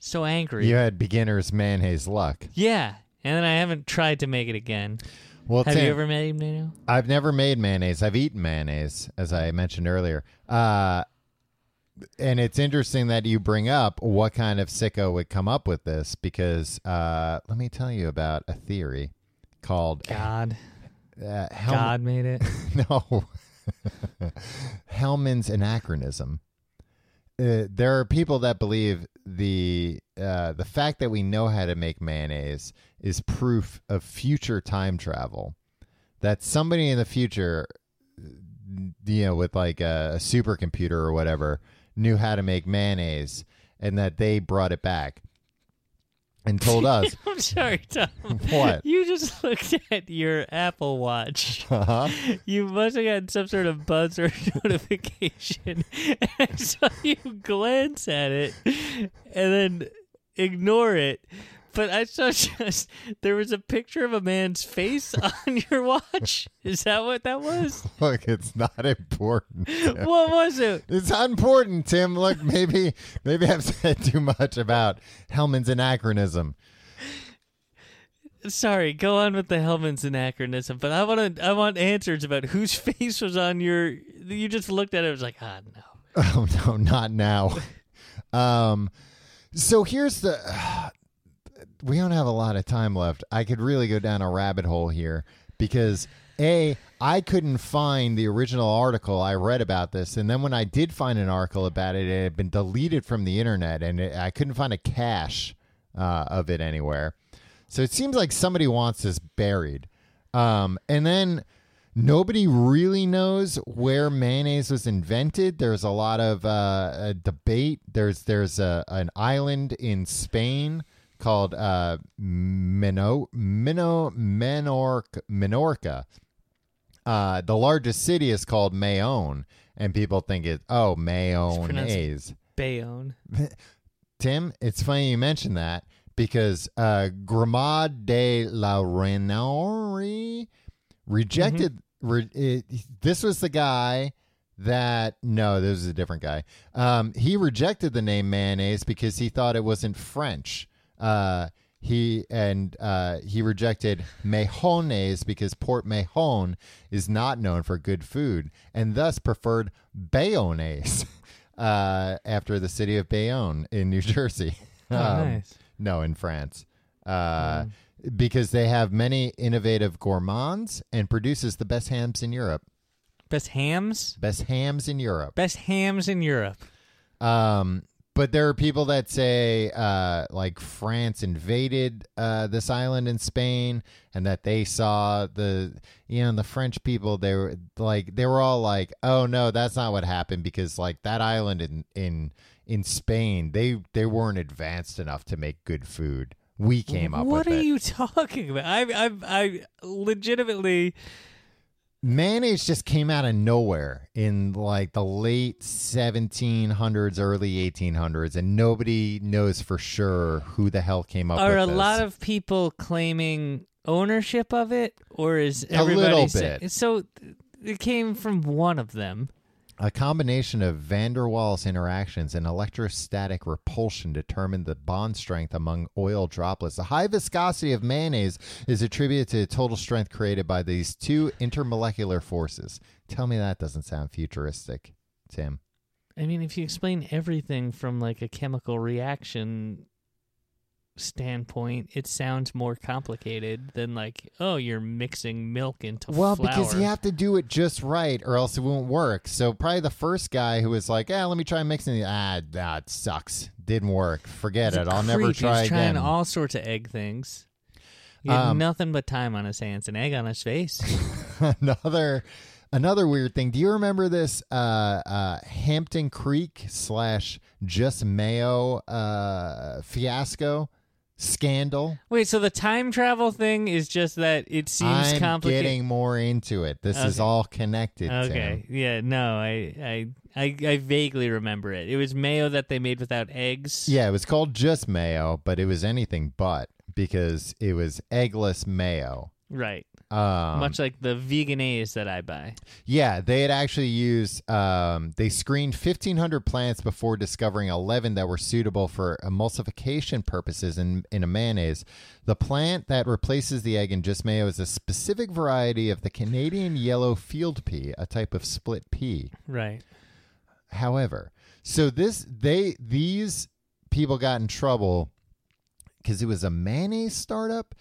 [SPEAKER 3] So angry.
[SPEAKER 2] You had beginner's mayonnaise luck.
[SPEAKER 3] Yeah. And then I haven't tried to make it again.
[SPEAKER 2] Well,
[SPEAKER 3] Have
[SPEAKER 2] Tim,
[SPEAKER 3] you ever made it?
[SPEAKER 2] I've never made mayonnaise. I've eaten mayonnaise, as I mentioned earlier. Uh, and it's interesting that you bring up what kind of sicko would come up with this because uh, let me tell you about a theory called
[SPEAKER 3] God.
[SPEAKER 2] uh, Hel-
[SPEAKER 3] God made it.
[SPEAKER 2] no Hellman's anachronism. Uh, there are people that believe the uh, the fact that we know how to make mayonnaise is proof of future time travel. That somebody in the future, you know, with like a, a supercomputer or whatever, knew how to make mayonnaise, and that they brought it back and told us
[SPEAKER 3] I'm sorry, Tom.
[SPEAKER 2] What?
[SPEAKER 3] You just looked at your Apple Watch.
[SPEAKER 2] uh-huh,
[SPEAKER 3] You must have gotten some sort of buzz or notification. And I saw you glance at it and then ignore it. But I saw just there was a picture of a man's face on your watch. Is that what that was?
[SPEAKER 2] look, it's not important.
[SPEAKER 3] What was it?
[SPEAKER 2] It's not important, Tim. Look, maybe maybe I've said too much about Hellman's anachronism.
[SPEAKER 3] Sorry, go on with the Hellman's anachronism, but I want to. I want answers about whose face was on your. You just looked at it. it was like, ah, no.
[SPEAKER 2] Oh no, not now. Um, so here's the. we don't have a lot of time left. I could really go down a rabbit hole here because a I couldn't find the original article I read about this, and then when I did find an article about it, it had been deleted from the internet, and it, I couldn't find a cache uh, of it anywhere. So it seems like somebody wants this buried, um, and then. Nobody really knows where mayonnaise was invented. There's a lot of uh, uh, debate. There's there's a, an island in Spain called uh, Mino, Mino, Menorca, Menorca. Uh, the largest city is called Mayon, and people think it oh Mayonnaise.
[SPEAKER 3] Bayonne.
[SPEAKER 2] Tim, it's funny you mentioned that because uh, Grimard de la Renorie rejected.
[SPEAKER 3] Mm-hmm.
[SPEAKER 2] Re- it, this was the guy that no, this was a different guy. Um, he rejected the name mayonnaise because he thought it wasn't French. Uh, he and uh, he rejected Mejones because Port Mahon is not known for good food, and thus preferred Bayonnaise uh, after the city of Bayonne in New Jersey.
[SPEAKER 3] Oh,
[SPEAKER 2] Um,
[SPEAKER 3] nice.
[SPEAKER 2] No, in France. Uh,
[SPEAKER 3] Mm.
[SPEAKER 2] Because they have many innovative gourmands and produces the best hams in Europe.
[SPEAKER 3] Best hams?
[SPEAKER 2] Best hams in Europe.
[SPEAKER 3] Best hams in Europe.
[SPEAKER 2] Um, but there are people that say uh, like France invaded uh, this island in Spain, and that they saw the you know the French people they were like they were all like oh no that's not what happened because like that island in in in Spain they they weren't advanced enough to make good food. We came up
[SPEAKER 3] What
[SPEAKER 2] with
[SPEAKER 3] are
[SPEAKER 2] it.
[SPEAKER 3] you talking about? I, I, I legitimately.
[SPEAKER 2] mayonnaise just came out of nowhere in like the late 1700s early 1800s and nobody knows for sure who the hell came up
[SPEAKER 3] Are
[SPEAKER 2] with
[SPEAKER 3] a
[SPEAKER 2] this.
[SPEAKER 3] lot of people claiming ownership of it, or is
[SPEAKER 2] little
[SPEAKER 3] everybody sa-
[SPEAKER 2] bit.
[SPEAKER 3] so? It came from one of them.
[SPEAKER 2] A combination of van der Waals interactions and electrostatic repulsion determined the bond strength among oil droplets. The high viscosity of mayonnaise is attributed to the total strength created by these two intermolecular forces. Tell me that doesn't sound futuristic, Tim.
[SPEAKER 3] I mean, if you explain everything from like a chemical reaction standpoint, it sounds more complicated than like, oh, you're mixing milk into
[SPEAKER 2] Well,
[SPEAKER 3] flour.
[SPEAKER 2] because you have to do it just right, or else it won't work. So probably the first guy who was like, "Ah, let me try mixing it." Ah, that sucks. Didn't work. Forget
[SPEAKER 3] He's a
[SPEAKER 2] it. I'll never
[SPEAKER 3] creep.
[SPEAKER 2] try
[SPEAKER 3] He's
[SPEAKER 2] again.
[SPEAKER 3] trying all sorts of egg things. He had
[SPEAKER 2] Um,
[SPEAKER 3] nothing but time on his hands, an egg on his face.
[SPEAKER 2] another another weird thing. Do you remember this uh, uh, Hampton Creek slash just Mayo uh, fiasco scandal?
[SPEAKER 3] Wait, so the time travel thing is just that it seems
[SPEAKER 2] I'm
[SPEAKER 3] complicated.
[SPEAKER 2] getting more into it. This is
[SPEAKER 3] Okay.
[SPEAKER 2] all connected.
[SPEAKER 3] Okay. Yeah. No. I, I. I. I vaguely remember it. It was mayo that they made without eggs.
[SPEAKER 2] Tim. Yeah, it was called just Mayo, but it was anything but because it was eggless Mayo.
[SPEAKER 3] Right.
[SPEAKER 2] Um,
[SPEAKER 3] Much like the veganaise that I buy.
[SPEAKER 2] Yeah, they had actually used, um, they screened 1,500 plants before discovering 11 that were suitable for emulsification purposes in, in a mayonnaise. The plant that replaces the egg in just mayo is a specific variety of the Canadian yellow field pea, a type of split pea.
[SPEAKER 3] Right.
[SPEAKER 2] However, so this, they, these people got in trouble because it was a mayonnaise startup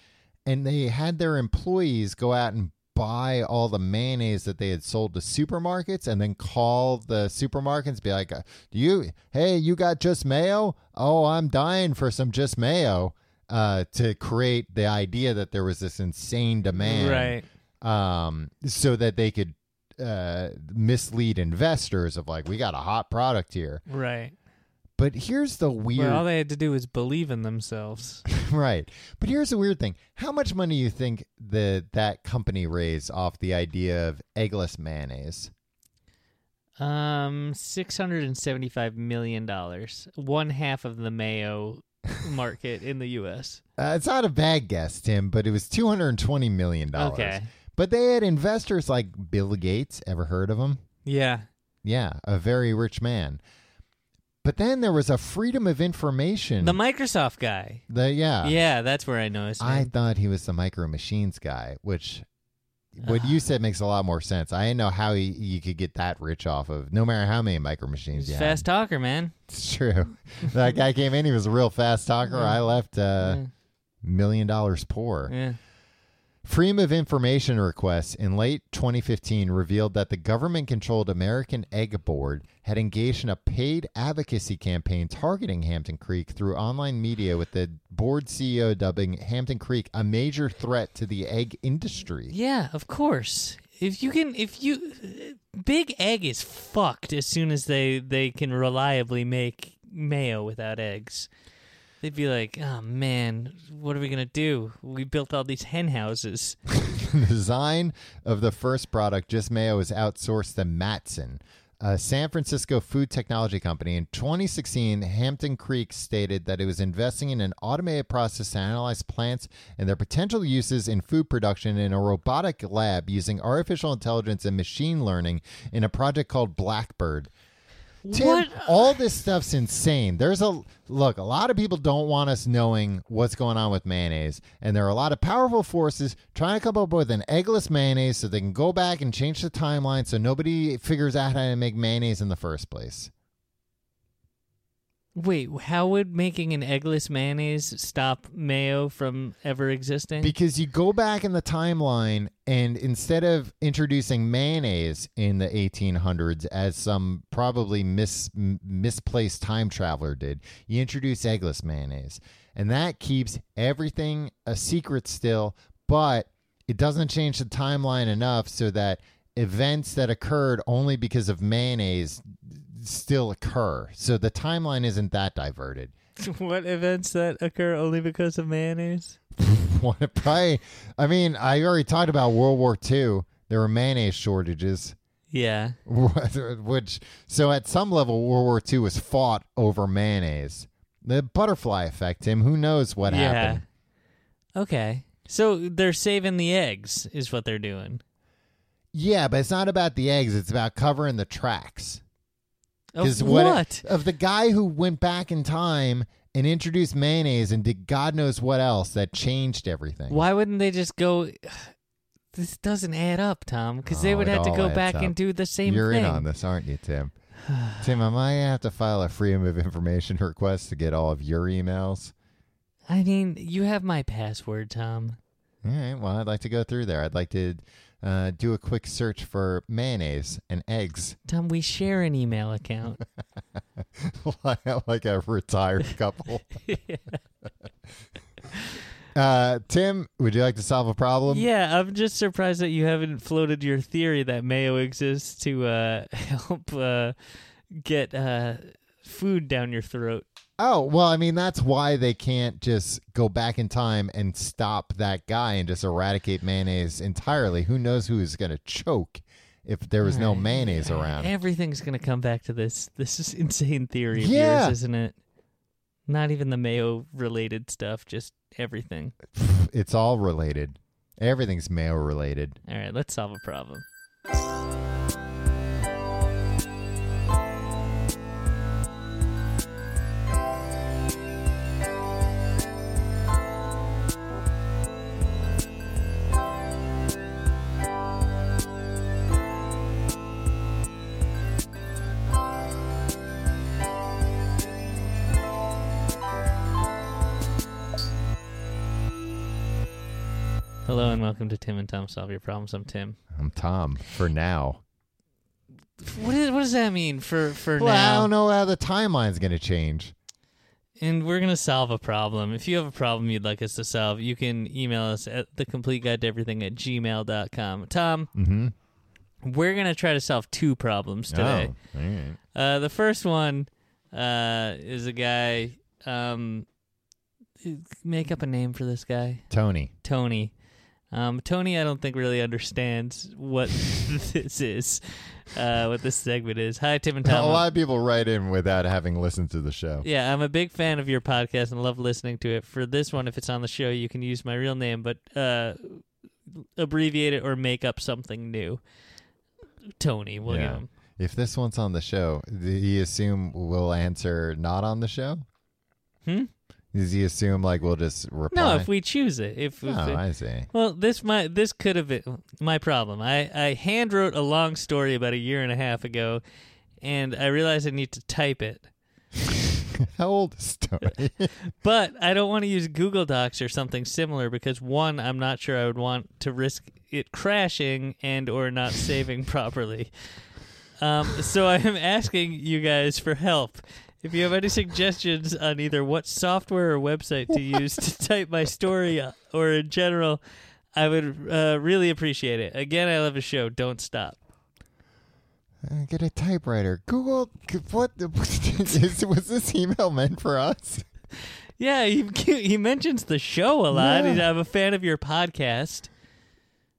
[SPEAKER 2] and they had their employees go out and buy all the mayonnaise that they had sold to supermarkets and then call the supermarkets and be like uh, do you hey you got just mayo oh i'm dying for some just mayo uh, to create the idea that there was this insane demand right um, so that they could uh, mislead investors of like we got a hot product here
[SPEAKER 3] Right.
[SPEAKER 2] but here's the weird
[SPEAKER 3] Where all they had to do was believe in themselves.
[SPEAKER 2] Right. But here's the weird thing. How much money do you think the that company raised off the idea of eggless mayonnaise?
[SPEAKER 3] Um, six hundred and seventy-five million dollars. One half of the mayo market in the U.S.
[SPEAKER 2] Uh, it's not a bad guess, Tim, but it was two hundred and twenty million dollars.
[SPEAKER 3] Okay.
[SPEAKER 2] But they had investors like Bill Gates. Ever heard of him?
[SPEAKER 3] Yeah.
[SPEAKER 2] Yeah, a very rich man. But then there was a freedom of information.
[SPEAKER 3] The Microsoft guy.
[SPEAKER 2] the yeah.
[SPEAKER 3] yeah, that's where I know his name.
[SPEAKER 2] Hmm. Ah. I thought he was the micro machines guy, which what
[SPEAKER 3] Ah.
[SPEAKER 2] you said makes a lot more sense. I didn't know how he, you could get that rich off of, no matter how many micro machines
[SPEAKER 3] He's
[SPEAKER 2] you
[SPEAKER 3] a
[SPEAKER 2] had.
[SPEAKER 3] fast talker, man.
[SPEAKER 2] It's true. that guy came in. He was a real fast talker. I left uh,
[SPEAKER 3] Mm.
[SPEAKER 2] million dollars poor.
[SPEAKER 3] yeah.
[SPEAKER 2] Freedom of Information requests in late 2015 revealed that the government controlled American Egg Board had engaged in a paid advocacy campaign targeting Hampton Creek through online media, with the board CEO dubbing Hampton Creek a major threat to the egg industry.
[SPEAKER 3] Yeah, of course. If you can, if you, Big Egg is fucked as soon as they they can reliably make mayo without eggs. They'd be like, oh man, what are we gonna do? We built all these hen houses.
[SPEAKER 2] the design of the first product, Just Mayo, was outsourced to Matson, a San Francisco food technology company. In 2016, Hampton Creek stated that it was investing in an automated process to analyze plants and their potential uses in food production in a robotic lab using artificial intelligence and machine learning in a project called Blackbird. Tim,
[SPEAKER 3] What?
[SPEAKER 2] all this stuff's insane. There's a look, a lot of people don't want us knowing what's going on with mayonnaise, and there are a lot of powerful forces trying to come up with an eggless mayonnaise so they can go back and change the timeline so nobody figures out how to make mayonnaise in the first place.
[SPEAKER 3] Wait, how would making an eggless mayonnaise stop mayo from ever existing?
[SPEAKER 2] Because you go back in the timeline and instead of introducing mayonnaise in the 1800s as some probably mis- m- misplaced time traveler did, you introduce eggless mayonnaise. And that keeps everything a secret still, but it doesn't change the timeline enough so that events that occurred only because of mayonnaise still occur. So the timeline isn't that diverted.
[SPEAKER 3] what events that occur only because of mayonnaise?
[SPEAKER 2] One of- probably. I mean, I already talked about World War II. There were mayonnaise shortages,
[SPEAKER 3] Yeah.
[SPEAKER 2] which so at some level, World War II was fought over mayonnaise. The butterfly effect, Tim. Who knows what
[SPEAKER 3] yeah.
[SPEAKER 2] happened?
[SPEAKER 3] Okay. So they're saving the eggs, is what they're doing.
[SPEAKER 2] Yeah, but it's not about the eggs. It's about covering the tracks.
[SPEAKER 3] Of
[SPEAKER 2] what-
[SPEAKER 3] Oh, what?
[SPEAKER 2] of the guy who went back in time and introduced mayonnaise and did God knows what else that changed everything.
[SPEAKER 3] Why wouldn't they just go? This doesn't add up, Tom, because they
[SPEAKER 2] Oh,
[SPEAKER 3] would
[SPEAKER 2] it
[SPEAKER 3] have to
[SPEAKER 2] all
[SPEAKER 3] go
[SPEAKER 2] adds
[SPEAKER 3] back
[SPEAKER 2] up.
[SPEAKER 3] and do the same
[SPEAKER 2] You're
[SPEAKER 3] thing.
[SPEAKER 2] in on this, aren't you, Tim? Tim, am I gonna have to file a freedom of information request to get all of your emails?
[SPEAKER 3] I mean, you have my password, Tom.
[SPEAKER 2] All right. Well, I'd like to go through there. I'd like to uh, do a quick search for mayonnaise and eggs,
[SPEAKER 3] Tom, we share an email account.
[SPEAKER 2] like a retired couple. uh, Tim, would you like to solve a problem?
[SPEAKER 3] yeah, I'm just surprised that you haven't floated your theory that mayo exists to uh, help uh, get uh, food down your throat.
[SPEAKER 2] Oh, well, I mean, that's why they can't just go back in time and stop that guy and just eradicate mayonnaise entirely. Who knows who is going to choke if there was no mayonnaise around?
[SPEAKER 3] Everything's gonna come back to this. This is insane theory of
[SPEAKER 2] Yeah. yours,
[SPEAKER 3] yours, isn't it? Not even the mayo related stuff, just everything.
[SPEAKER 2] It's all related. Everything's mayo related.
[SPEAKER 3] All right, let's solve a problem. Hello and welcome to Tim and Tom Solve Your Problems. I'm Tim.
[SPEAKER 2] I'm Tom for now.
[SPEAKER 3] What, is, what does that mean for for
[SPEAKER 2] well, I
[SPEAKER 3] now?
[SPEAKER 2] don't know how the timeline's going to change.
[SPEAKER 3] And we're gonna solve a problem. If you have a problem you'd like us to solve, you can email us at the complete guide to everything at gmail.com. Tom,
[SPEAKER 2] Mm-hmm.
[SPEAKER 3] we're gonna try to solve two problems
[SPEAKER 2] Oh,
[SPEAKER 3] today.
[SPEAKER 2] all right.
[SPEAKER 3] Uh, the first one uh, is a guy. Um, make up a name for this guy,
[SPEAKER 2] Tony.
[SPEAKER 3] Tony. Um, Tony, I don't think really understands what this is, uh, what this segment is. Hi, Tim and Tom.
[SPEAKER 2] A lot of people write in without having listened to the show.
[SPEAKER 3] Yeah, I'm a big fan of your podcast and love listening to it. For this one, if it's on the show, you can use my real name, but uh, abbreviate it or make up something new. Tony, we'll
[SPEAKER 2] Yeah.
[SPEAKER 3] give him.
[SPEAKER 2] If this one's on the show, do you assume we'll answer not on the show?
[SPEAKER 3] Hmm?
[SPEAKER 2] Does he assume like we'll just reply?
[SPEAKER 3] No, if we choose it, if,
[SPEAKER 2] Oh,
[SPEAKER 3] if it-
[SPEAKER 2] I see.
[SPEAKER 3] well, this my this could have been my problem. I I hand wrote a long story about a year and a half ago, and I realized I need to type it.
[SPEAKER 2] How old is Tony?
[SPEAKER 3] But I don't want to use Google Docs or something similar because one, I'm not sure I would want to risk it crashing and or not saving properly. Um, so I am asking you guys for help. If you have any suggestions on either what software or website to use to type my story uh, or in general, I would uh, really appreciate it. Again, I love a show. Don't stop.
[SPEAKER 2] Uh, Get a typewriter. Google. What the- is, was this email meant for us?
[SPEAKER 3] Yeah, he, he mentions the show a lot.
[SPEAKER 2] Yeah.
[SPEAKER 3] I'm a fan of your podcast.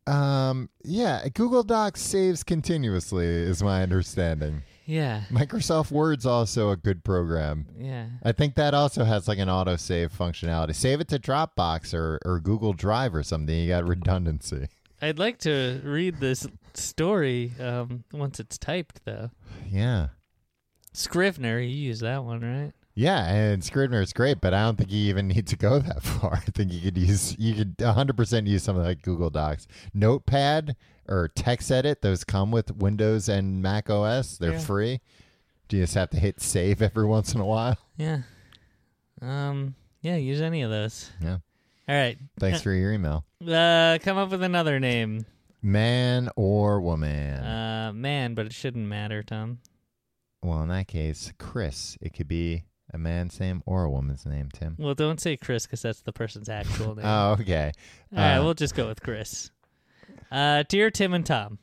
[SPEAKER 2] Um. Yeah. Google Docs saves continuously, is my understanding.
[SPEAKER 3] Yeah,
[SPEAKER 2] Microsoft Word's also a good program.
[SPEAKER 3] yeah.
[SPEAKER 2] I think that also has like an auto save functionality. Save it to Dropbox or, or Google Drive or something. You got redundancy.
[SPEAKER 3] I'd like to read this story um, once it's typed, though.
[SPEAKER 2] Yeah.
[SPEAKER 3] Scrivener, you use that one, right?
[SPEAKER 2] Yeah, and Scrivener is great, but I don't think you even need to go that far. I think you could use you could 100% use something like Google Docs, Notepad, or TextEdit. Those come with Windows and Mac OS. They're
[SPEAKER 3] Yeah.
[SPEAKER 2] free. You just have to hit save every once in a while.
[SPEAKER 3] Yeah. Um. Yeah. Use any of those.
[SPEAKER 2] Yeah.
[SPEAKER 3] All right.
[SPEAKER 2] Thanks for your email,
[SPEAKER 3] Uh, come up with another name.
[SPEAKER 2] man or woman.
[SPEAKER 3] Uh, man, but it shouldn't matter, Tom.
[SPEAKER 2] well, in that case, Chris. It could be a man's name or a woman's name. Tim.
[SPEAKER 3] Well, don't say Chris because that's the person's actual name.
[SPEAKER 2] Oh, okay.
[SPEAKER 3] All right,
[SPEAKER 2] Uh,
[SPEAKER 3] we'll just go with Chris. Uh, dear Tim and Tom,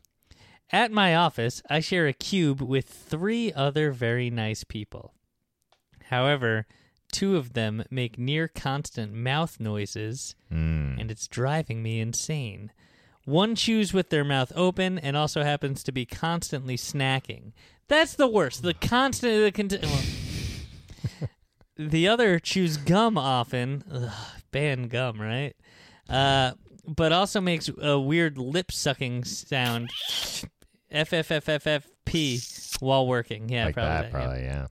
[SPEAKER 3] at my office, I share a cube with three other very nice people. However, two of them make near constant mouth noises,
[SPEAKER 2] Mm.
[SPEAKER 3] and it's driving me insane. One chews with their mouth open and also happens to be constantly snacking. That's the worst. The constant. The, conti- well. the other chews gum often. Ugh, ban gum, right? uh, but also makes a weird lip sucking sound. F F F F F P while working. Yeah,
[SPEAKER 2] like
[SPEAKER 3] probably.
[SPEAKER 2] that,
[SPEAKER 3] yeah.
[SPEAKER 2] probably, yeah.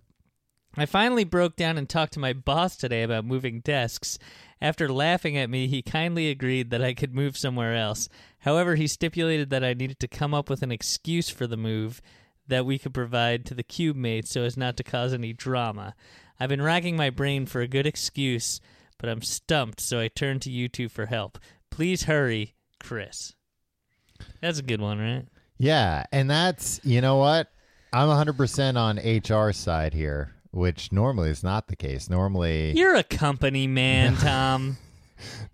[SPEAKER 3] I finally broke down and talked to my boss today about moving desks. After laughing at me, he kindly agreed that I could move somewhere else. However, he stipulated that I needed to come up with an excuse for the move that we could provide to the cube mates so as not to cause any drama. I've been racking my brain for a good excuse, but I'm stumped, so I turn to you two for help. Please hurry, Chris. That's a good one, right?
[SPEAKER 2] Yeah, and that's you know what? I'm 100% on HR side here, which normally is not the case. Normally
[SPEAKER 3] You're a company man, Tom.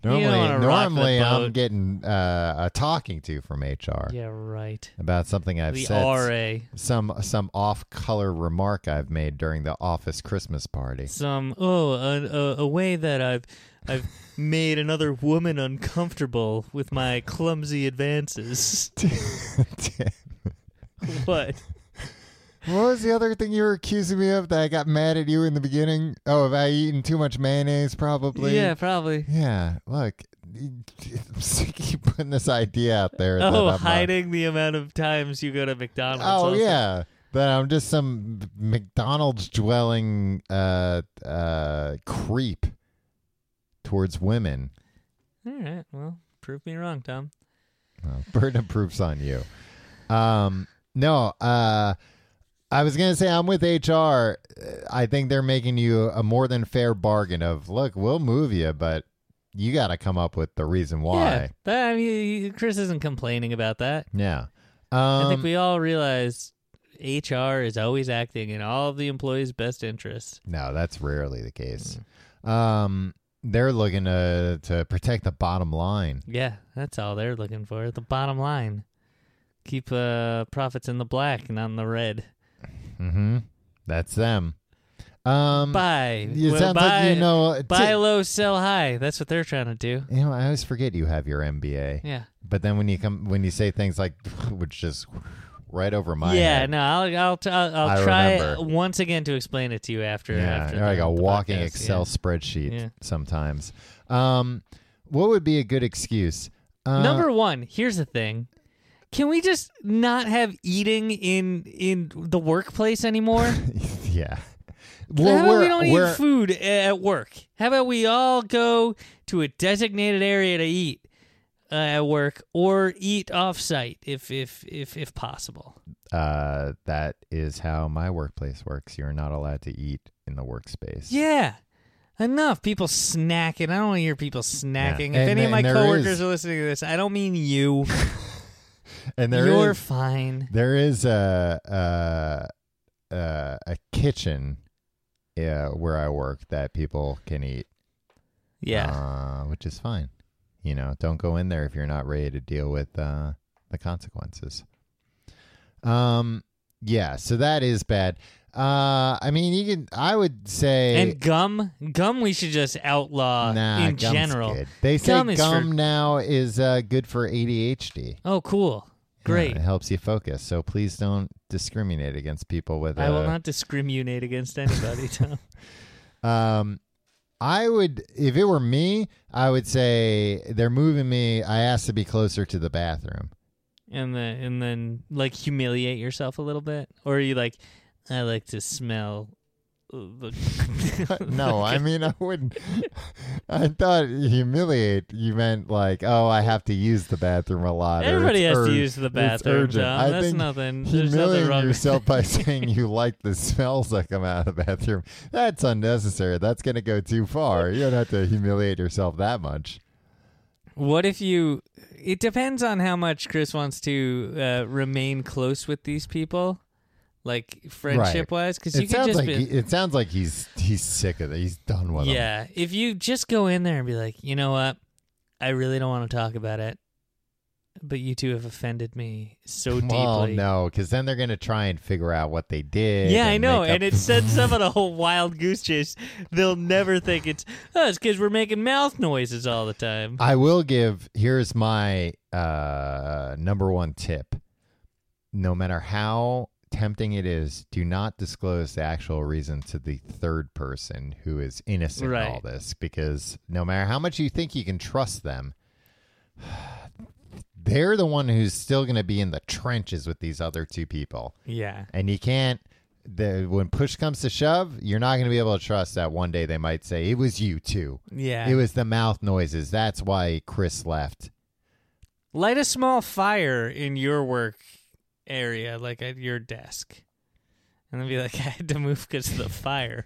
[SPEAKER 2] normally
[SPEAKER 3] wanna rock the
[SPEAKER 2] normally I'm
[SPEAKER 3] boat.
[SPEAKER 2] getting uh, a talking to from HR
[SPEAKER 3] yeah, right. eh?
[SPEAKER 2] about something I've
[SPEAKER 3] The
[SPEAKER 2] said
[SPEAKER 3] RA.
[SPEAKER 2] some some off-color remark I've made during the office Christmas party.
[SPEAKER 3] some oh a, a, a way that I've I've made another woman uncomfortable with my clumsy advances. What?
[SPEAKER 2] What was the other thing you were accusing me of that I got mad at you in the beginning? Oh, have I eaten too much mayonnaise? Probably.
[SPEAKER 3] Yeah, probably.
[SPEAKER 2] Yeah. Look, I'm sick of you putting this idea out there. that I'm
[SPEAKER 3] Oh,
[SPEAKER 2] a-
[SPEAKER 3] hiding the amount of times you go to McDonald's.
[SPEAKER 2] oh
[SPEAKER 3] also.
[SPEAKER 2] yeah. That I'm just some McDonald's dwelling uh, uh, creep towards women.
[SPEAKER 3] All right. Well, prove me wrong, Tom.
[SPEAKER 2] Oh, burden of proof's on you. Um, no, uh, I was gonna say I'm with HR. Uh, I think they're making you a more than fair bargain. Of look, we'll move you, but you got to come up with the reason
[SPEAKER 3] Yeah,
[SPEAKER 2] why.
[SPEAKER 3] that, I mean, Chris isn't complaining about that.
[SPEAKER 2] Yeah.
[SPEAKER 3] I
[SPEAKER 2] Um,
[SPEAKER 3] think we all realize HR is always acting in all of the employees' best interest.
[SPEAKER 2] no, that's rarely the case.
[SPEAKER 3] Mm.
[SPEAKER 2] Um, they're looking to to protect the bottom line.
[SPEAKER 3] Yeah, that's all they're looking for. The bottom line. Keep uh, profits in the black, not in the red.
[SPEAKER 2] Mm-hmm. That's them. Um,
[SPEAKER 3] Buy.
[SPEAKER 2] it
[SPEAKER 3] Well,
[SPEAKER 2] sounds
[SPEAKER 3] buy,
[SPEAKER 2] like you know.
[SPEAKER 3] buy low, sell high. That's what they're trying to do.
[SPEAKER 2] you know, I always forget you have your MBA.
[SPEAKER 3] Yeah.
[SPEAKER 2] But then when you come when you say things like which just right over my
[SPEAKER 3] yeah,
[SPEAKER 2] head.
[SPEAKER 3] no, I'll I'll, t- I'll,
[SPEAKER 2] I
[SPEAKER 3] I'll try
[SPEAKER 2] remember.
[SPEAKER 3] once again to explain it to you after.
[SPEAKER 2] yeah,
[SPEAKER 3] after
[SPEAKER 2] they're like
[SPEAKER 3] the-
[SPEAKER 2] a
[SPEAKER 3] the
[SPEAKER 2] walking
[SPEAKER 3] podcast.
[SPEAKER 2] Excel spreadsheet
[SPEAKER 3] Yeah.
[SPEAKER 2] sometimes. Um, what would be a good excuse? Uh,
[SPEAKER 3] Yeah. Number one, here's the thing. Can we just not have eating in in the workplace anymore?
[SPEAKER 2] yeah.
[SPEAKER 3] How
[SPEAKER 2] Well,
[SPEAKER 3] about
[SPEAKER 2] we're,
[SPEAKER 3] we don't
[SPEAKER 2] we're-
[SPEAKER 3] eat food a- at work? How about we all go to a designated area to eat uh, at work, or eat offsite if if if if possible?
[SPEAKER 2] uh, that is how my workplace works. You're not allowed to eat in the workspace.
[SPEAKER 3] Yeah, enough people snacking. I don't want to hear people snacking.
[SPEAKER 2] And
[SPEAKER 3] If any
[SPEAKER 2] th-
[SPEAKER 3] of my
[SPEAKER 2] and there
[SPEAKER 3] coworkers
[SPEAKER 2] is-
[SPEAKER 3] are listening to this, I don't mean you.
[SPEAKER 2] And there
[SPEAKER 3] You're
[SPEAKER 2] is-
[SPEAKER 3] fine.
[SPEAKER 2] there is a a a, a kitchen uh, where I work that people can eat.
[SPEAKER 3] Yeah,
[SPEAKER 2] uh, which is fine. You know, don't go in there if you're not ready to deal with uh, the consequences. Um, yeah, so that is bad. Uh, I mean, you can. I would say
[SPEAKER 3] and gum, gum. We should just outlaw
[SPEAKER 2] nah,
[SPEAKER 3] in
[SPEAKER 2] gum's
[SPEAKER 3] general.
[SPEAKER 2] good. They say gum,
[SPEAKER 3] Gum is for-
[SPEAKER 2] now is uh, good for ADHD.
[SPEAKER 3] Oh, cool.
[SPEAKER 2] Yeah,
[SPEAKER 3] Great.
[SPEAKER 2] it helps you focus. So please don't discriminate against people with.
[SPEAKER 3] I will
[SPEAKER 2] uh,
[SPEAKER 3] not discriminate against anybody, Tom.
[SPEAKER 2] Um, I would, if it were me, I would say they're moving me. I asked to be closer to the bathroom.
[SPEAKER 3] and then and then like humiliate yourself a little bit, or are you like, I like to smell. The
[SPEAKER 2] no, I mean I wouldn't. I thought humiliate. You meant like, oh, I have to use the bathroom a lot. or it's
[SPEAKER 3] Everybody has
[SPEAKER 2] ur-
[SPEAKER 3] to use the
[SPEAKER 2] it's
[SPEAKER 3] bathroom.
[SPEAKER 2] urgent.
[SPEAKER 3] Tom.
[SPEAKER 2] I
[SPEAKER 3] That's
[SPEAKER 2] think
[SPEAKER 3] nothing. There's nothing
[SPEAKER 2] Humiliating
[SPEAKER 3] wrong. with
[SPEAKER 2] yourself by saying you like the smells that come out of the bathroom. That's unnecessary. That's going to go too far. You don't have to humiliate yourself that much.
[SPEAKER 3] What if you? It depends on how much Chris wants to uh, remain close with these people, like friendship wise, because you
[SPEAKER 2] It
[SPEAKER 3] could
[SPEAKER 2] sounds
[SPEAKER 3] just
[SPEAKER 2] like
[SPEAKER 3] be,
[SPEAKER 2] he- it sounds like he's he's sick of it. He's done with 'em.
[SPEAKER 3] yeah. If you just go in there and be like, you know what, I really don't want to talk about it, but you two have offended me so deeply.
[SPEAKER 2] Well, no, because then they're going to try and figure out what they did.
[SPEAKER 3] Yeah, I
[SPEAKER 2] and
[SPEAKER 3] know.
[SPEAKER 2] make up
[SPEAKER 3] And it sets up on a whole wild goose chase. They'll never think it's us because we're making mouth noises all the time.
[SPEAKER 2] I will give here's my uh number one tip. No matter how tempting it is, do not disclose the actual reason to the third person who is innocent in all
[SPEAKER 3] Right.
[SPEAKER 2] this because no matter how much you think you can trust them, they're the one who's still going to be in the trenches with these other two people.
[SPEAKER 3] Yeah.
[SPEAKER 2] And you can't. The, when push comes to shove, you're not going to be able to trust that one day they might say it was you too.
[SPEAKER 3] Yeah.
[SPEAKER 2] It was the mouth noises. That's why Chris left.
[SPEAKER 3] Light a small fire in your work area, like at your desk. And then be like, I had to move because of the fire.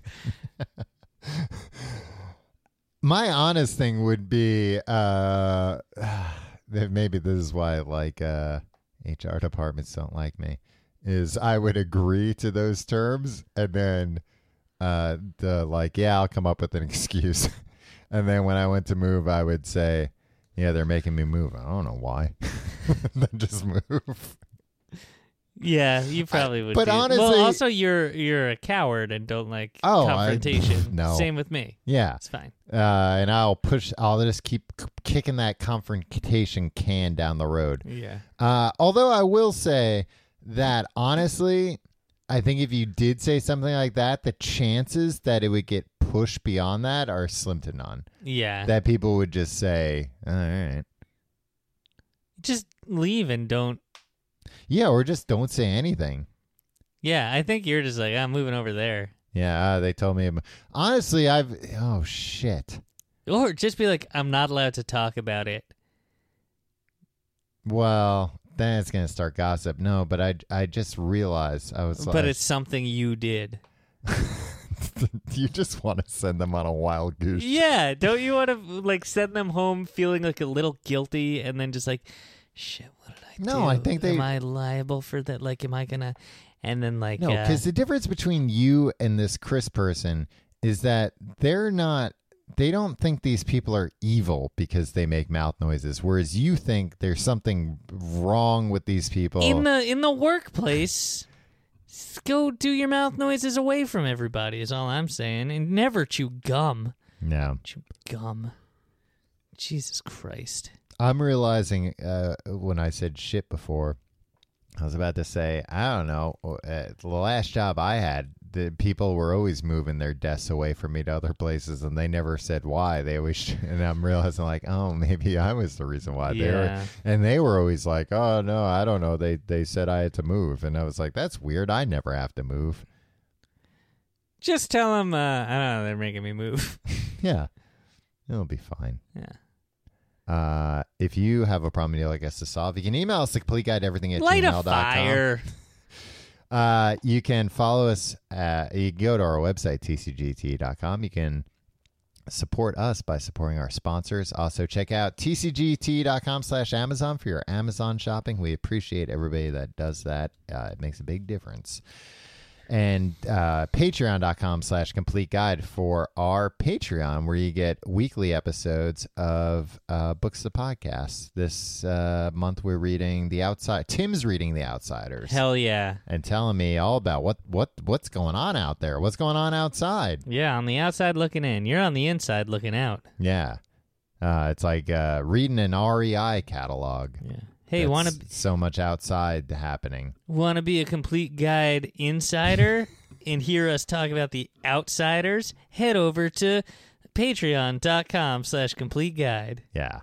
[SPEAKER 2] My honest thing would be uh, that maybe this is why like uh, HR departments don't like me. Is I would agree to those terms and then uh, the like, yeah, I'll come up with an excuse. and then when I went to move, I would say, yeah, they're making me move. I don't know why. then just move.
[SPEAKER 3] Yeah, you probably would.
[SPEAKER 2] but
[SPEAKER 3] do-
[SPEAKER 2] honestly-
[SPEAKER 3] well, also you're you're a coward and don't like
[SPEAKER 2] Oh, I-
[SPEAKER 3] confrontation.
[SPEAKER 2] no.
[SPEAKER 3] Same with me.
[SPEAKER 2] Yeah.
[SPEAKER 3] It's fine.
[SPEAKER 2] uh, and I'll push. I'll just keep k- kicking that confrontation can down the road.
[SPEAKER 3] Yeah.
[SPEAKER 2] Uh, although I will say that honestly, I think if you did say something like that, the chances that it would get pushed beyond that are slim to none.
[SPEAKER 3] Yeah.
[SPEAKER 2] That people would just say, "All right,
[SPEAKER 3] Just leave and don't.
[SPEAKER 2] yeah," or just don't say anything.
[SPEAKER 3] Yeah, I think you're just like I'm moving over there,
[SPEAKER 2] Yeah, uh, they told me. Honestly, I've oh shit.
[SPEAKER 3] or just be like I'm not allowed to talk about it.
[SPEAKER 2] Well, then it's gonna start gossip. No, but I I just realized I was like,
[SPEAKER 3] But it's something you did.
[SPEAKER 2] you just want to send them on a wild goose.
[SPEAKER 3] Yeah, don't you want to like send them home feeling like a little guilty and then just like, shit, what did I do?
[SPEAKER 2] No, I think they-
[SPEAKER 3] am I liable for that? Like, am I gonna? And then like,
[SPEAKER 2] No,
[SPEAKER 3] uh,
[SPEAKER 2] because the difference between you and this Chris person is that they're not. They don't think these people are evil because they make mouth noises, whereas you think there's something wrong with these people.
[SPEAKER 3] in the in the workplace, s- go do your mouth noises away from everybody. Is all I'm saying, and never chew gum.
[SPEAKER 2] no,
[SPEAKER 3] Chew gum. Jesus Christ.
[SPEAKER 2] I'm realizing uh, when I said shit before, I was about to say I don't know. Uh, the last job I had, the people were always moving their desks away from me to other places, and they never said why. They always, and I'm realizing like, oh, maybe I was the reason why they were.
[SPEAKER 3] Yeah.
[SPEAKER 2] And they were always like, oh no, I don't know. They they said I had to move, and I was like, that's weird. I never have to move.
[SPEAKER 3] Just tell them. Uh, I don't know. They're making me move.
[SPEAKER 2] Yeah, it'll be fine.
[SPEAKER 3] Yeah.
[SPEAKER 2] Uh, if you have a problem you'd like us to solve, you can email us at complete guide everything at
[SPEAKER 3] Light
[SPEAKER 2] gmail.com.
[SPEAKER 3] a fire.
[SPEAKER 2] Uh, you can follow us. Uh, you can go to our website, tcgt.com. You can support us by supporting our sponsors. Also, check out tcgt.com slash Amazon for your Amazon shopping. We appreciate everybody that does that. Uh, it makes a big difference. And uh, patreon.com slash complete guide for our Patreon, where you get weekly episodes of uh, Books the Podcast. This uh, month, we're reading The Outside. Tim's reading The Outsiders
[SPEAKER 3] Hell yeah.
[SPEAKER 2] and telling me all about what what what's going on out there, what's going on outside.
[SPEAKER 3] Yeah, on the outside looking in. You're on the inside looking out.
[SPEAKER 2] Yeah, uh, it's like uh, reading an REI catalog.
[SPEAKER 3] Yeah. Hey, want to
[SPEAKER 2] That's so much outside happening?
[SPEAKER 3] want to be a complete guide insider and hear us talk about the outsiders? Head over to patreon.com slash complete guide.
[SPEAKER 2] Yeah.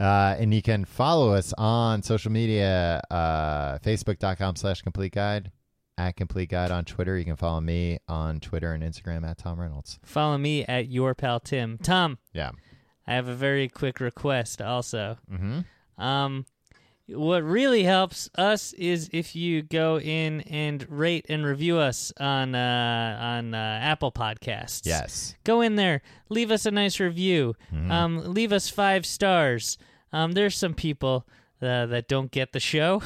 [SPEAKER 2] Uh, and you can follow us on social media, uh, facebook.com slash complete guide, at complete guide on Twitter. You can follow me on Twitter and Instagram at Tom Reynolds.
[SPEAKER 3] Follow me at your pal Tim. Tom,
[SPEAKER 2] Yeah.
[SPEAKER 3] I have a very quick request also.
[SPEAKER 2] Mm-hmm.
[SPEAKER 3] Um, what really helps us is if you go in and rate and review us on uh, on uh, Apple Podcasts.
[SPEAKER 2] Yes.
[SPEAKER 3] go in there, leave us a nice review,
[SPEAKER 2] Mm-hmm.
[SPEAKER 3] um, leave us five stars. Um, there's some people uh, that don't get the show.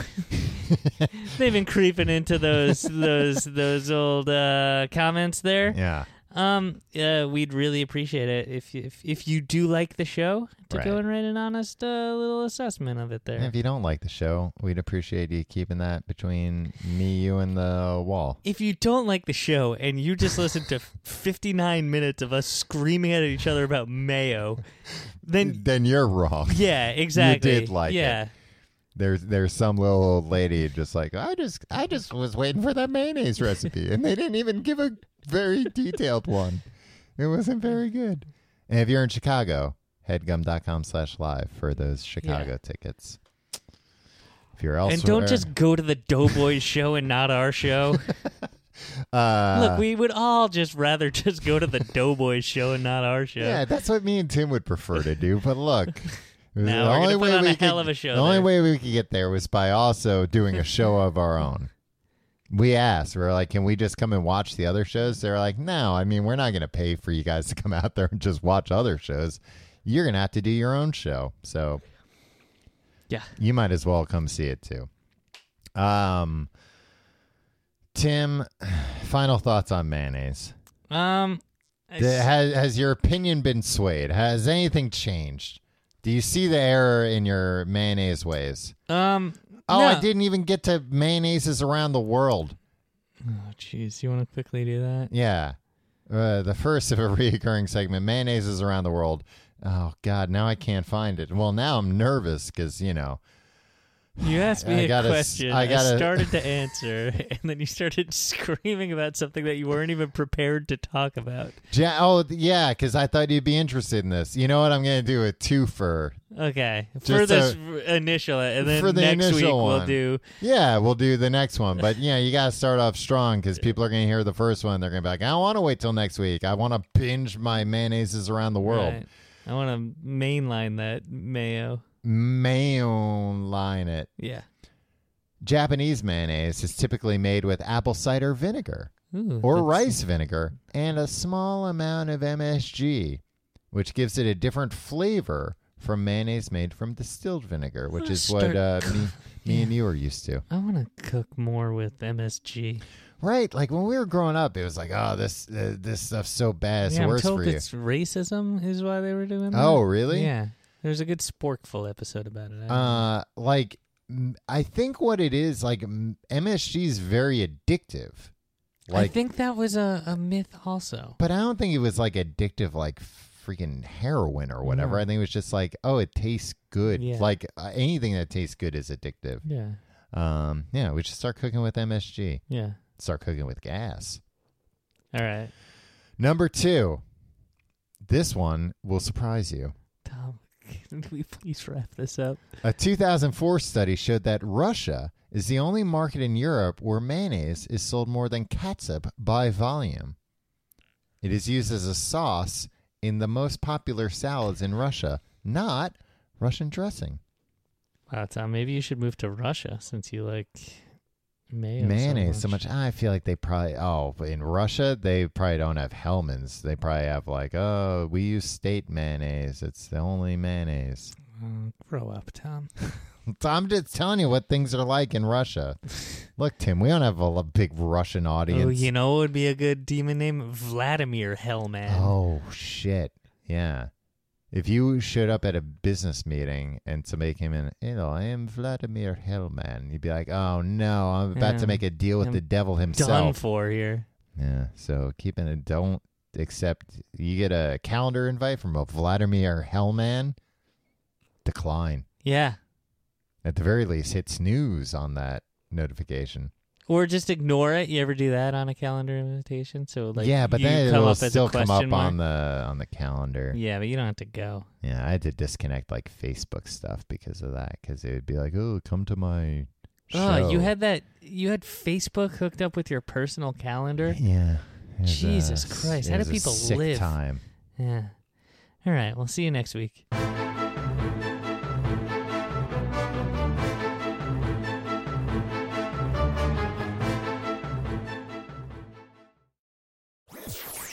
[SPEAKER 3] They've been creeping into those those those old uh, comments there.
[SPEAKER 2] Yeah.
[SPEAKER 3] Um, uh, we'd really appreciate it if you, if if you do like the show to go
[SPEAKER 2] Right.
[SPEAKER 3] and write an honest uh, little assessment of it there.
[SPEAKER 2] And if you don't like the show, we'd appreciate you keeping that between me, you, and the wall.
[SPEAKER 3] if you don't like the show and you just listen to 59 minutes of us screaming at each other about mayo, then
[SPEAKER 2] then you're wrong.
[SPEAKER 3] yeah, exactly.
[SPEAKER 2] like it.
[SPEAKER 3] yeah.
[SPEAKER 2] There's there's some little old lady just like I just I just was waiting for that mayonnaise recipe and they didn't even give a very detailed one. It wasn't very good. And if you're in Chicago, headgum.com slash live for those Chicago tickets. If you're elsewhere,
[SPEAKER 3] and don't just go to the Doughboys show and not our show.
[SPEAKER 2] uh,
[SPEAKER 3] Look, we would all just rather just go to the Doughboys show and not our show.
[SPEAKER 2] Yeah, that's what me and Tim would prefer to do. But look,
[SPEAKER 3] Now we're gonna put on a hell of a show
[SPEAKER 2] The only
[SPEAKER 3] there.
[SPEAKER 2] way we could get there was by also doing a show of our own. We asked, we are like, can we just come and watch the other shows? They're like, no, I mean, we're not going to pay for you guys to come out there and just watch other shows. You're going to have to do your own show. So
[SPEAKER 3] Yeah.
[SPEAKER 2] you might as well come see it too. Um, Tim, final thoughts on mayonnaise.
[SPEAKER 3] Um, I
[SPEAKER 2] Th-
[SPEAKER 3] s-
[SPEAKER 2] has, has your opinion been swayed? Has anything changed? Do you see the error in your mayonnaise ways?
[SPEAKER 3] um.
[SPEAKER 2] Oh,
[SPEAKER 3] no.
[SPEAKER 2] I didn't even get to mayonnaises around the world.
[SPEAKER 3] Oh, jeez. You want to quickly do that?
[SPEAKER 2] Yeah. Uh, the first of a reoccurring segment, mayonnaises around the world. Oh, God, now I can't find it. Well, now I'm nervous because, you know,
[SPEAKER 3] You asked
[SPEAKER 2] I
[SPEAKER 3] me a
[SPEAKER 2] gotta s-
[SPEAKER 3] question.
[SPEAKER 2] I
[SPEAKER 3] I,
[SPEAKER 2] gotta-
[SPEAKER 3] started to answer, and then you started screaming about something that you weren't even prepared to talk about.
[SPEAKER 2] ja- oh, th- yeah, because I thought you'd be interested in this. You know what? I'm going to do a twofer.
[SPEAKER 3] Okay, for
[SPEAKER 2] Just
[SPEAKER 3] this
[SPEAKER 2] a-
[SPEAKER 3] r- initial, and then
[SPEAKER 2] for the
[SPEAKER 3] next week
[SPEAKER 2] initial
[SPEAKER 3] we'll
[SPEAKER 2] one.
[SPEAKER 3] do.
[SPEAKER 2] Yeah, we'll do the next one. But yeah, you got to start off strong because people are going to hear the first one. They're going to be like, I don't want to wait till next week. I want to binge my mayonnaises around the world.
[SPEAKER 3] Right. I want to mainline that mayo.
[SPEAKER 2] Mayo line it.
[SPEAKER 3] Yeah.
[SPEAKER 2] Japanese mayonnaise is typically made with apple cider vinegar
[SPEAKER 3] Ooh,
[SPEAKER 2] or
[SPEAKER 3] that's-
[SPEAKER 2] rice vinegar and a small amount of MSG, which gives it a different flavor from mayonnaise made from distilled vinegar, which
[SPEAKER 3] Wanna
[SPEAKER 2] is what
[SPEAKER 3] start
[SPEAKER 2] uh, me, me and
[SPEAKER 3] Yeah.
[SPEAKER 2] you are used to.
[SPEAKER 3] I want to cook more with MSG.
[SPEAKER 2] Right, like when we were growing up, it was like, oh, this uh, this stuff's so bad, it's
[SPEAKER 3] yeah,
[SPEAKER 2] worse
[SPEAKER 3] I'm told
[SPEAKER 2] for you.
[SPEAKER 3] it's racism is why they were doing that.
[SPEAKER 2] Oh, really?
[SPEAKER 3] Yeah. There's a good Sporkful episode about it. I don't
[SPEAKER 2] Uh, like m- I think what it is, like m- MSG is very addictive.
[SPEAKER 3] know. I
[SPEAKER 2] Like,
[SPEAKER 3] think that was a, a myth also.
[SPEAKER 2] but I don't think it was like addictive, like freaking heroin or whatever.
[SPEAKER 3] No.
[SPEAKER 2] I think it was just like, oh, it tastes good.
[SPEAKER 3] Yeah.
[SPEAKER 2] Like uh, anything that tastes good is addictive.
[SPEAKER 3] Yeah.
[SPEAKER 2] Um, yeah, we should start cooking with MSG.
[SPEAKER 3] Yeah.
[SPEAKER 2] Start cooking with gas.
[SPEAKER 3] All right.
[SPEAKER 2] Number two, this one will surprise you.
[SPEAKER 3] Tom, can we please wrap this up?
[SPEAKER 2] A 2004 study showed that Russia is the only market in Europe where mayonnaise is sold more than catsup by volume. It is used as a sauce in the most popular salads in Russia, not Russian dressing.
[SPEAKER 3] Wow, Uh, Tom, maybe you should move to Russia since you like mayo
[SPEAKER 2] mayonnaise
[SPEAKER 3] so much.
[SPEAKER 2] I feel like they probably oh, but in Russia they probably don't have Hellman's. They probably have like, oh, we use state mayonnaise. It's the only mayonnaise.
[SPEAKER 3] Oh, grow up, Tom.
[SPEAKER 2] I'm just telling you what things are like in Russia. Look, Tim, we don't have a l- big Russian audience.
[SPEAKER 3] Oh, you know, it would be a good demon name Vladimir Hellman.
[SPEAKER 2] Oh shit! Yeah, if you showed up at a business meeting and somebody came in, you know, I am Vladimir Hellman, you'd be like, oh no, I'm about
[SPEAKER 3] Yeah.
[SPEAKER 2] to make a deal with
[SPEAKER 3] I'm
[SPEAKER 2] the devil
[SPEAKER 3] Done
[SPEAKER 2] himself.
[SPEAKER 3] for here.
[SPEAKER 2] Yeah, so keeping it don't accept. You get a calendar invite from a Vladimir Hellman. Decline.
[SPEAKER 3] Yeah.
[SPEAKER 2] At the very least, hit snooze on that notification.
[SPEAKER 3] Or just ignore it. You ever do that on a calendar invitation? So like,
[SPEAKER 2] yeah, but
[SPEAKER 3] you
[SPEAKER 2] then
[SPEAKER 3] come
[SPEAKER 2] it'll
[SPEAKER 3] up as a
[SPEAKER 2] still come up
[SPEAKER 3] question
[SPEAKER 2] on
[SPEAKER 3] mark?
[SPEAKER 2] the on the calendar.
[SPEAKER 3] Yeah, but you don't have to go.
[SPEAKER 2] Yeah, I had to disconnect like Facebook stuff because of that. Because it would be like, "Oh, come to my show."
[SPEAKER 3] Oh, you had that. You had Facebook hooked up with your personal calendar.
[SPEAKER 2] yeah. It was
[SPEAKER 3] Jesus
[SPEAKER 2] a-
[SPEAKER 3] Christ,
[SPEAKER 2] it
[SPEAKER 3] how do
[SPEAKER 2] was a
[SPEAKER 3] people
[SPEAKER 2] sick
[SPEAKER 3] live?
[SPEAKER 2] Time.
[SPEAKER 3] Yeah. All right. We'll see you next week.